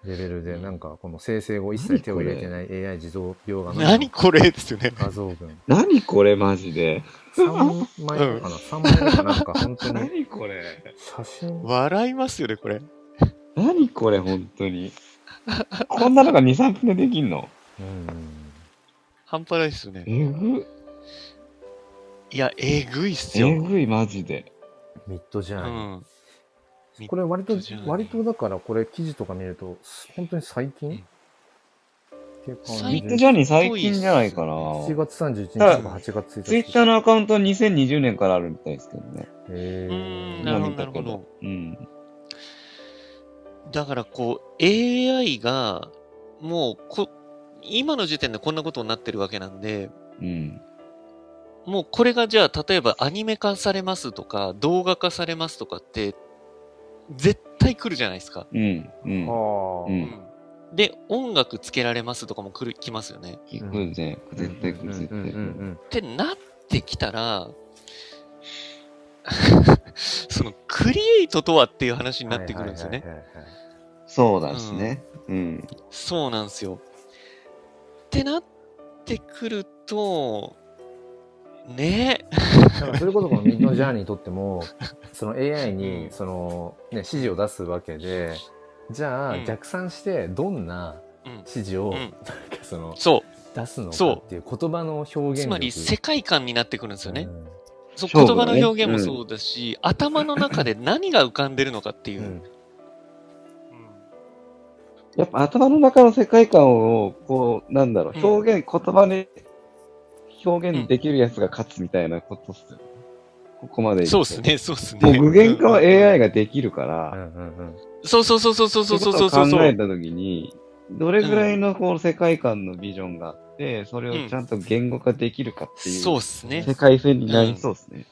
う、レベルで、なんか、この生成後一切手を入れてない AI 自動描画の何これですよね。画像 群。何これマジで。 3枚目かな ?3 枚目かなんか、本当 に、何これ写真、笑いますよね、これ。何これ、本当に。こんなのが2、3分でできんのうん、半端ないですよね。えぐ、いや、えぐいっすえよ。ぐい、マジで。ミッドジうャーニー。ん。うんこれ割とミッドジャーニ、ー割とだからこれ記事とか見ると、本当に最近っていう感最じミ近ッでドジャーニー最近じゃないかな。 7月31日とただか8月1日。ツイッターのアカウントは2020年からあるみたいですけどね。へうーん、なるほど、もうな見たるけほどど。うん。だからこう、AI が、もうこ、今の時点でこんなことになってるわけなんで、うん。もうこれがじゃあ、例えばアニメ化されますとか、動画化されますとかって、絶対来るじゃないですか。うん。うん。はあうんで、音楽つけられますとかも来る、来ますよね。聞くぜ。絶対来うる、ん絶うん対来る。ってなってきたら、 そのクリエイトとはっていう話うんになってくるんですよね。。はいはいはいはいはいそうだしね。うん。そうなんですよ。ってなってくると、ねえ、だからそれこそこのミッドジャーニーにとっても、 その AI にその、ね、指示を出すわけで、じゃあうん逆算してどんなうん指、示をうんなんかそのそう、出すのかそうっていう言葉の表現力つまり世界観になってくるんですよね。うんそう勝言負葉だのね表現もそうだし、頭の中で何が浮かんでるのかっていうう。んやっぱ頭の中の世界観を、こう、なんだろう、うん表現、言葉で表現できるやつが勝つみたいなことっすよね。ここまで行くそうとです。ね、そうですね。もう具現化はうん AI ができるかうら、んうんうんそうそうそうそうそうそうそうそうってそう。ことを考えたときに、どれぐらいのこう世界観のビジョンがあって、それをちゃんと言語化できるかっていう、そうですね。世界線になりそうですね。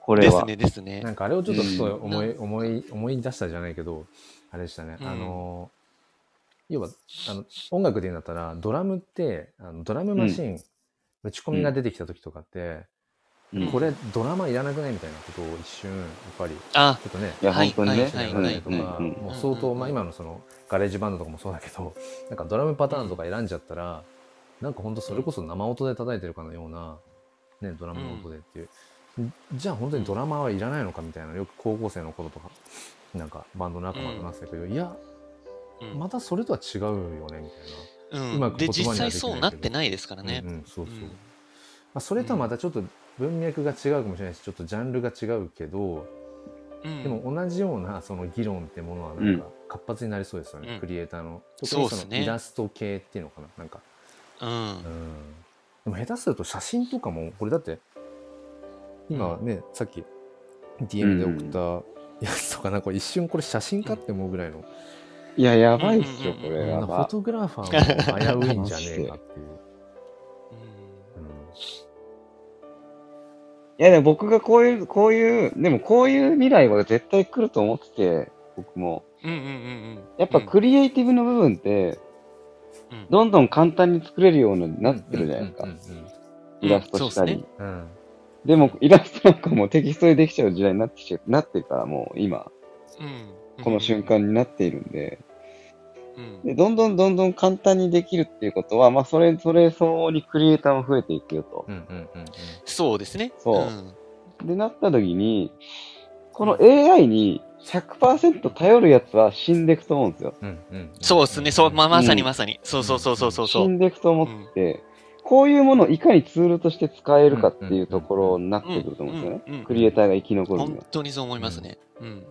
これですは。ね、ですねな。んかあれをちょっとふと思い、思い、思い出したじゃないけど、あれでしたね。うんあの、要は、あの、音楽で言うんだったら、ドラムって、あのドラムマシン、打ち込みが出てきた時とかって、うんこれドラマいらなくないみたいなことを一瞬、やっぱり、ちあ、ょっとね、いや、はい本当にね。はないんかはいはねいとうんか、うんもう相当、うんうんうんまあ今のその、ガレージバンドとかもそうだけど、 なんかドラムパターンとか選んじゃったら、なんかほんとそれこそ生音で叩いてるかのような、ね、ドラムの音でっていう。じゃあ本当にドラマーはいらないのかみたいな、よく高校生の頃とか、なんかバンドの仲間と話してたけど、いや、うんまたそれとは違うよね、みたいな。うんうまくで言葉にはで実際きないけどそうなってないですからねう。んうん、そうそう。うんまあ、それとはまたちょっと文脈が違うかもしれないし、ちょっとジャンルが違うけど、うんでも同じようなその議論ってものはなんかう活発になりそうですよね、うんクリエイターの特そうにっすそねのイラスト系っていうのかななんかうんうんでも下手すると写真とかもこれだって今ね、さっき DM で送ったやつとかなんか一瞬これ写真かって思うぐらいの、いや、やばいっすよ、うんこうれ。なやんかフォば。トグラファーも危ういんじゃねえかっていう、いや、でも僕がこういう、こういう、でもこういう未来は絶対来ると思ってて、僕も。うんうんうんうんうんやっぱクリエイティブの部分って、うんどんどん簡単に作れるようにうなってるじゃないですんかうん。うんイラストしたそうっり。うんうんでも、イラストなんかもうテキストでできちゃう時代になってきて、なってるから、もう今、うんうんこの瞬間になっているんで。うんで、どんどんどんどん簡単にできるっていうことは、まあ、それ、それ相応にクリエイターも増えていくよと。うんうんうんそうですね。そうんでなった時に、この AI に100%頼るやつは死んでいくと思うんですよ。うんうんうんそうですね。そう、まあまさにうんまさに。そうそうそうそうそうそ死う。んでいくと思ってて、こういうものをいかにツールとして使えるかっていうところになってくると思うんですようんうんうんね。クリエイターが生き残るには本。当にそう思いますね。うん。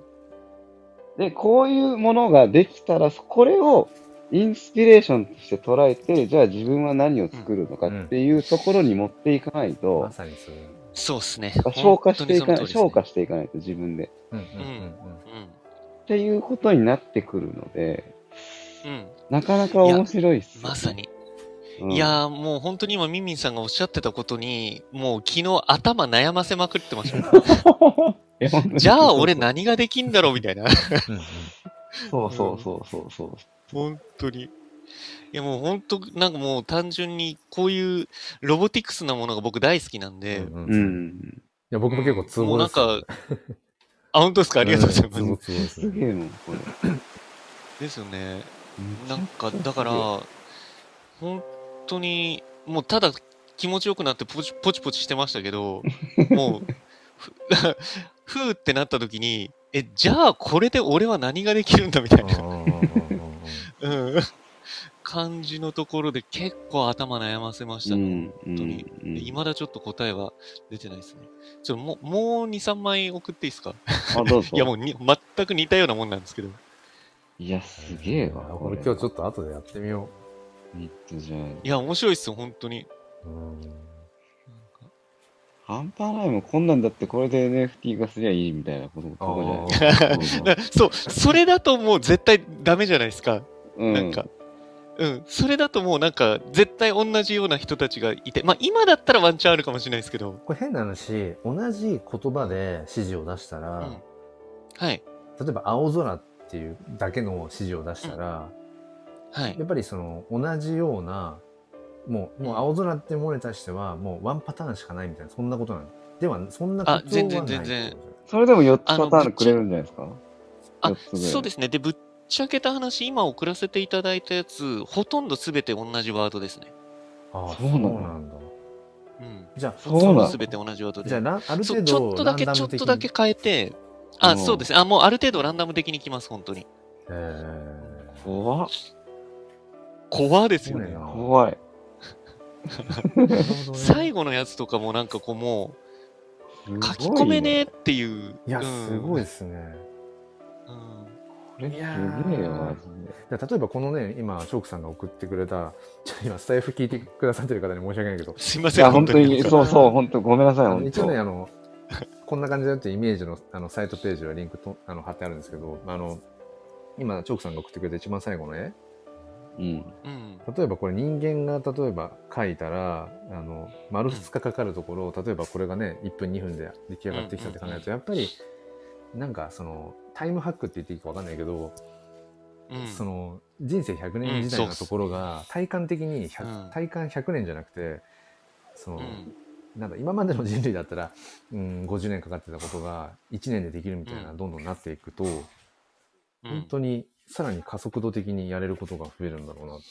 で、こういうものができたら、これをインスピレーションとして捉えて、じゃあ自分は何を作るのかっていうところに持っていかないまと、さにそうそうですね。消化していか本な当い、にその消通り化ですしていかないと自分で。うんうんうんねっていうことになってくるので、うん。うん。なかなか面白いっすよね、まさに。うんいやー、もう本当に今、ミミンさんがおっしゃってたことに、もう昨日頭悩ませまくってま したもん。え本当にじゃあ俺何ができんだろうみたいな。そうそうそうそうそう。本当に。いやもう本当、なんかもう単純にこういうロボティクスなものが僕大好きなんで、うんうんういん。や、僕も結構ツボです。もうなんか、あ、本当ですかありがとうございます。んツボツボですすね。げえもん、これ。ですよね。なんか、だから、本当に、もうただ気持ちよくなってポチポチポチしてましたけど、もう、ふ ふーってなった時に、え、じゃあこれで俺は何ができるんだみたいな、うん、感じのところで結構頭悩ませましたうね。ん、本当にうん。いまだちょっと答えは出てないですね。ちょもうもう2、3枚送っていいですかあ、どうぞ。いや、もうに全く似たようなもんなんですけど。いや、すげえわ。これ今日ちょっと後でやってみよミッドジャーニーいや、面白いっすよ、本当に。う。うん半端ないもん、こんなんだってこれで NFT 化すりゃいいみたいなことあーとこじゃないだそう、それだともう絶対ダメじゃないですか。うんなんか。うん、それだともうなんか、絶対同じような人たちがいて、まあ今だったらワンチャンあるかもしれないですけど。これ変な話、同じ言葉で指示を出したうらん、。はい。例えば青空っていうだけの指示を出したら、はい。やっぱりその同じような、もう、もう青空ってものに対しては、もうワンパターンしかないみたいな、そんなことなの。では、そんなことはないあ全然全然ってことじそれでも4つパあタのーンくれるんじゃないですかあ4つぐらいそうですね。で、ぶっちゃけた話、今送らせていただいたやつ、ほとんど全て同じワードですね。ゃんああ、そそううなのなんだ。うん。じゃあ、そうなほとんのど全て同じワードで。じゃあラン、あるそ程う度、ちょっとだけ、ランちダょムっ的とにだけ。変えて、あ、うんそうですね。あ、もうある程度ランダム的に来ます、本当に。えー怖っ怖ですよそうねね。怖い。なるほどね最後のやつとかもなんかこうも、すごいうな書き込めねえっていう。いや、うんすごいですね。うんこれすげえよ、マジで。で例えばこのね、今、チョークさんが送ってくれた、ちょ今、スタイフ聞いてくださってる方に申し訳ないけど、すいまいせん、や、本当に、なんかそうそう、本当ごめんなさい、あの本一応当ね、あの、こんな感じだよってイメージのあのサイトページはリンクとあの貼ってあるんですけど、あの、今、チョークさんが送ってくれた一番最後のね、うん。うん。例えばこれ人間が例えば書いたら、あの、丸2日かかるところを、例えばこれがね、1分2分で出来上がってきたって考えると、やっぱり、なんかその、タイムハックって言っていいかわかんないけど、うんその人生100うん年時代そうっのすところが体感的に100、うん体感100年じゃなくてその、うんなんだ今までの人類だったら、うん、50年かかってたことが1年でできるみたいな、うんどんどんなっていくとう本ん当にさらに加速度的にやれることが増えるんだろうなって。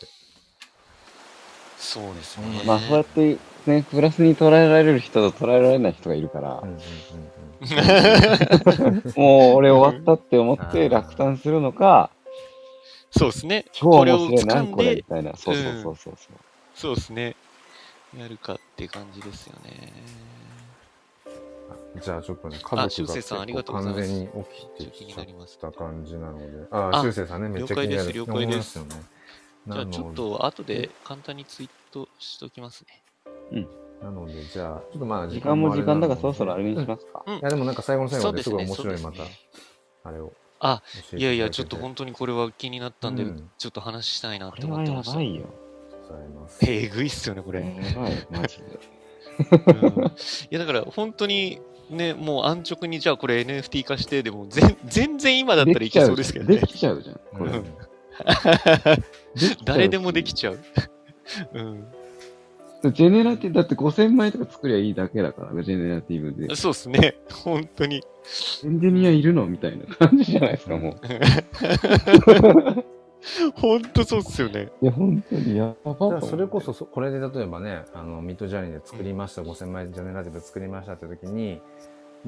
そうですね。まあ、そうやって、ね、プラスに捉えられる人と捉えられない人がいるからうん、うんもう俺終わったって思っうてん落胆するのか、そうですね。超これを面白い、掴何んこれみで、たいな。そうそうそうそう。そうですね。やるかって感じですよね。うんじゃあちょっとね、あ、家修族正さん、あがりが結と構うご完ざいます。全に起きて気きちにゃなっりますた感じなので、ああ、あ修正さんね、めっちゃ気になる。了解です思いますよねじゃあ、ちょっと後で簡単にツイートしときますね。なので、じゃあ、ちょっとまあ、時間も時間だからそろそろあれれにしますか。いや、でもなんか最後の最そ後うでですすごいね。面白い、そまうですたね、あれをあ、教えてただけて。いやいや、ちょっと本当にこれは気になったんでうん、ちょっと話したいなっこてれ思はってやましたば。いよ。ございます。えぐいっすよね、こやれ。ば い、マジで。うんいやだから本当にね、もう安直にじゃあこれ NFT 化してでも全全然今だったらいけそうですけどねで。きちゃうじゃん。これ。うでんきちゃう誰でもできちゃう。うん、ジェネラティブ、だって5000枚とか作りゃいいだけだから、ジェネラティブで。そうですね、本当に。エンジニアいるのみたいな感じじゃないですか、も本当そうっすよね。う。いや、本当にやばだからそれこそそこれで例えばねあのミッドジャーニーで作りました、5000枚ジャネラティブ作りましたって時に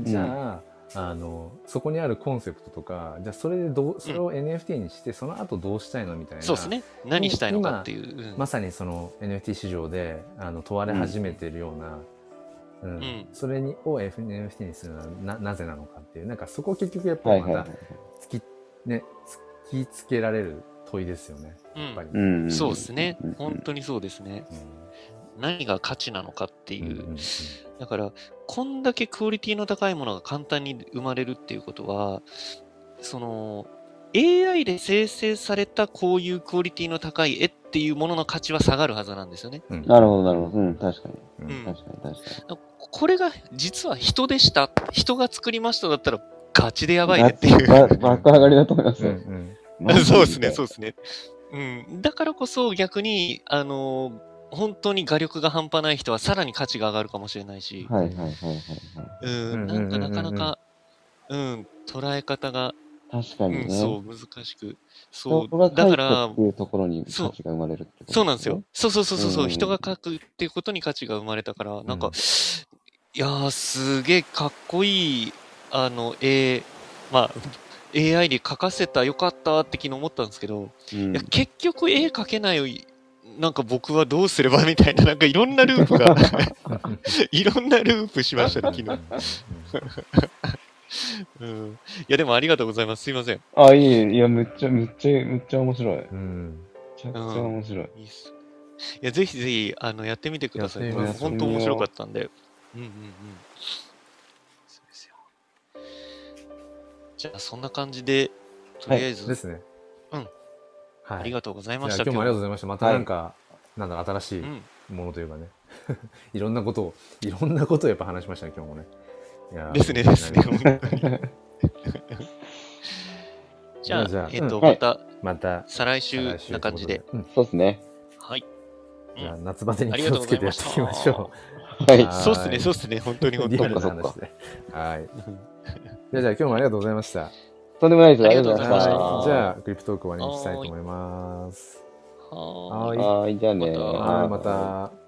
じゃあ,、あのそこにあるコンセプトとかじゃあそれでどうそれを NFT にして、その後どうしたいのみたいなそうですね、何したいのかっていう。うんまさにその NFT 市場であの問われ始めているような、うんんそれにを NFT にするのはななぜなのかっていうなんかそこ結局やっぱはりいまはいはたい。突き,、ね、突きつけられる問いですよねやっぱり。ううんん。そうですねうん、本当にそうですね。何が価値なのかってうんいうう。んだから、こんだけクオリティの高いものが簡単に生まれるっていうことは、その、 AI で生成されたこういうクオリティの高い絵っていうものの価値は下がるはずなんですよね。うんなるほど、なるほど。うん、確かに。うんうん確かに、確かに。これが実は人でした、人が作りましただったらガチでやばいねっていう。ば爆上がりだと思いますうんうよ。んマジ そうですね、そううですね。うん、だからこそ逆に、あの本当に画力が半端ない人はさらに価値が上がるかもしれないし、はいはいはいはいはい。うん、なんかなかなか、うん、捉え方が、確かうにね。ん、そう、難しく。そ人がう、だ書かいたらって、いうところにそう価値が生まれるってこと、そうなんですよ。。そうそうそうそうそう、うん人が書くっていうことに価値が生まれたから、なんか、うんいやー、すげえかっこいい、あの、絵、まあ、AI で描かせたよかったって昨日思ったんですけど、うんいや結局絵描けないなんか僕はどうすればみたいななんかいろんなルー プがいろんなループしましたね昨日、うん、いやでもありがとうございますすいませんあ、いい、いや、めっちゃ、めっちゃ、めっちゃ面白い。めうんちゃくちゃ面白い。いいっすいやぜひぜひあのやってみてくださやいってこみれます本当面白かったんでうんうんうんそうですよじゃあそんな感じでとりあえず、ですね。うん。はい。ありがとうございましじゃたあ今日もありがとうごうざいました。またなんか、なんだろう、新しいうんものというかね。いろんなことを、いろんなことをやっぱ話しましたね、今日もね。いやーですねですね。本当に じゃあじゃあえっ、と、うんまた、また、再再来週来週な感じでと。いうこそうですね。はい。とで。じゃあ夏バテに気をつけてやっていきましょはう。い。はういんそうっすね、そうっすね、本当にう。本リ当アにル そなっかそっか話で。はい。じゃあ、じゃあ今日もありがとうございました。とんでもないです。あありりががとうとうごございざましいましたた。じゃあ、クリプトーク終わりにしたいと思います。はーいははい、じゃあね。またはい、また。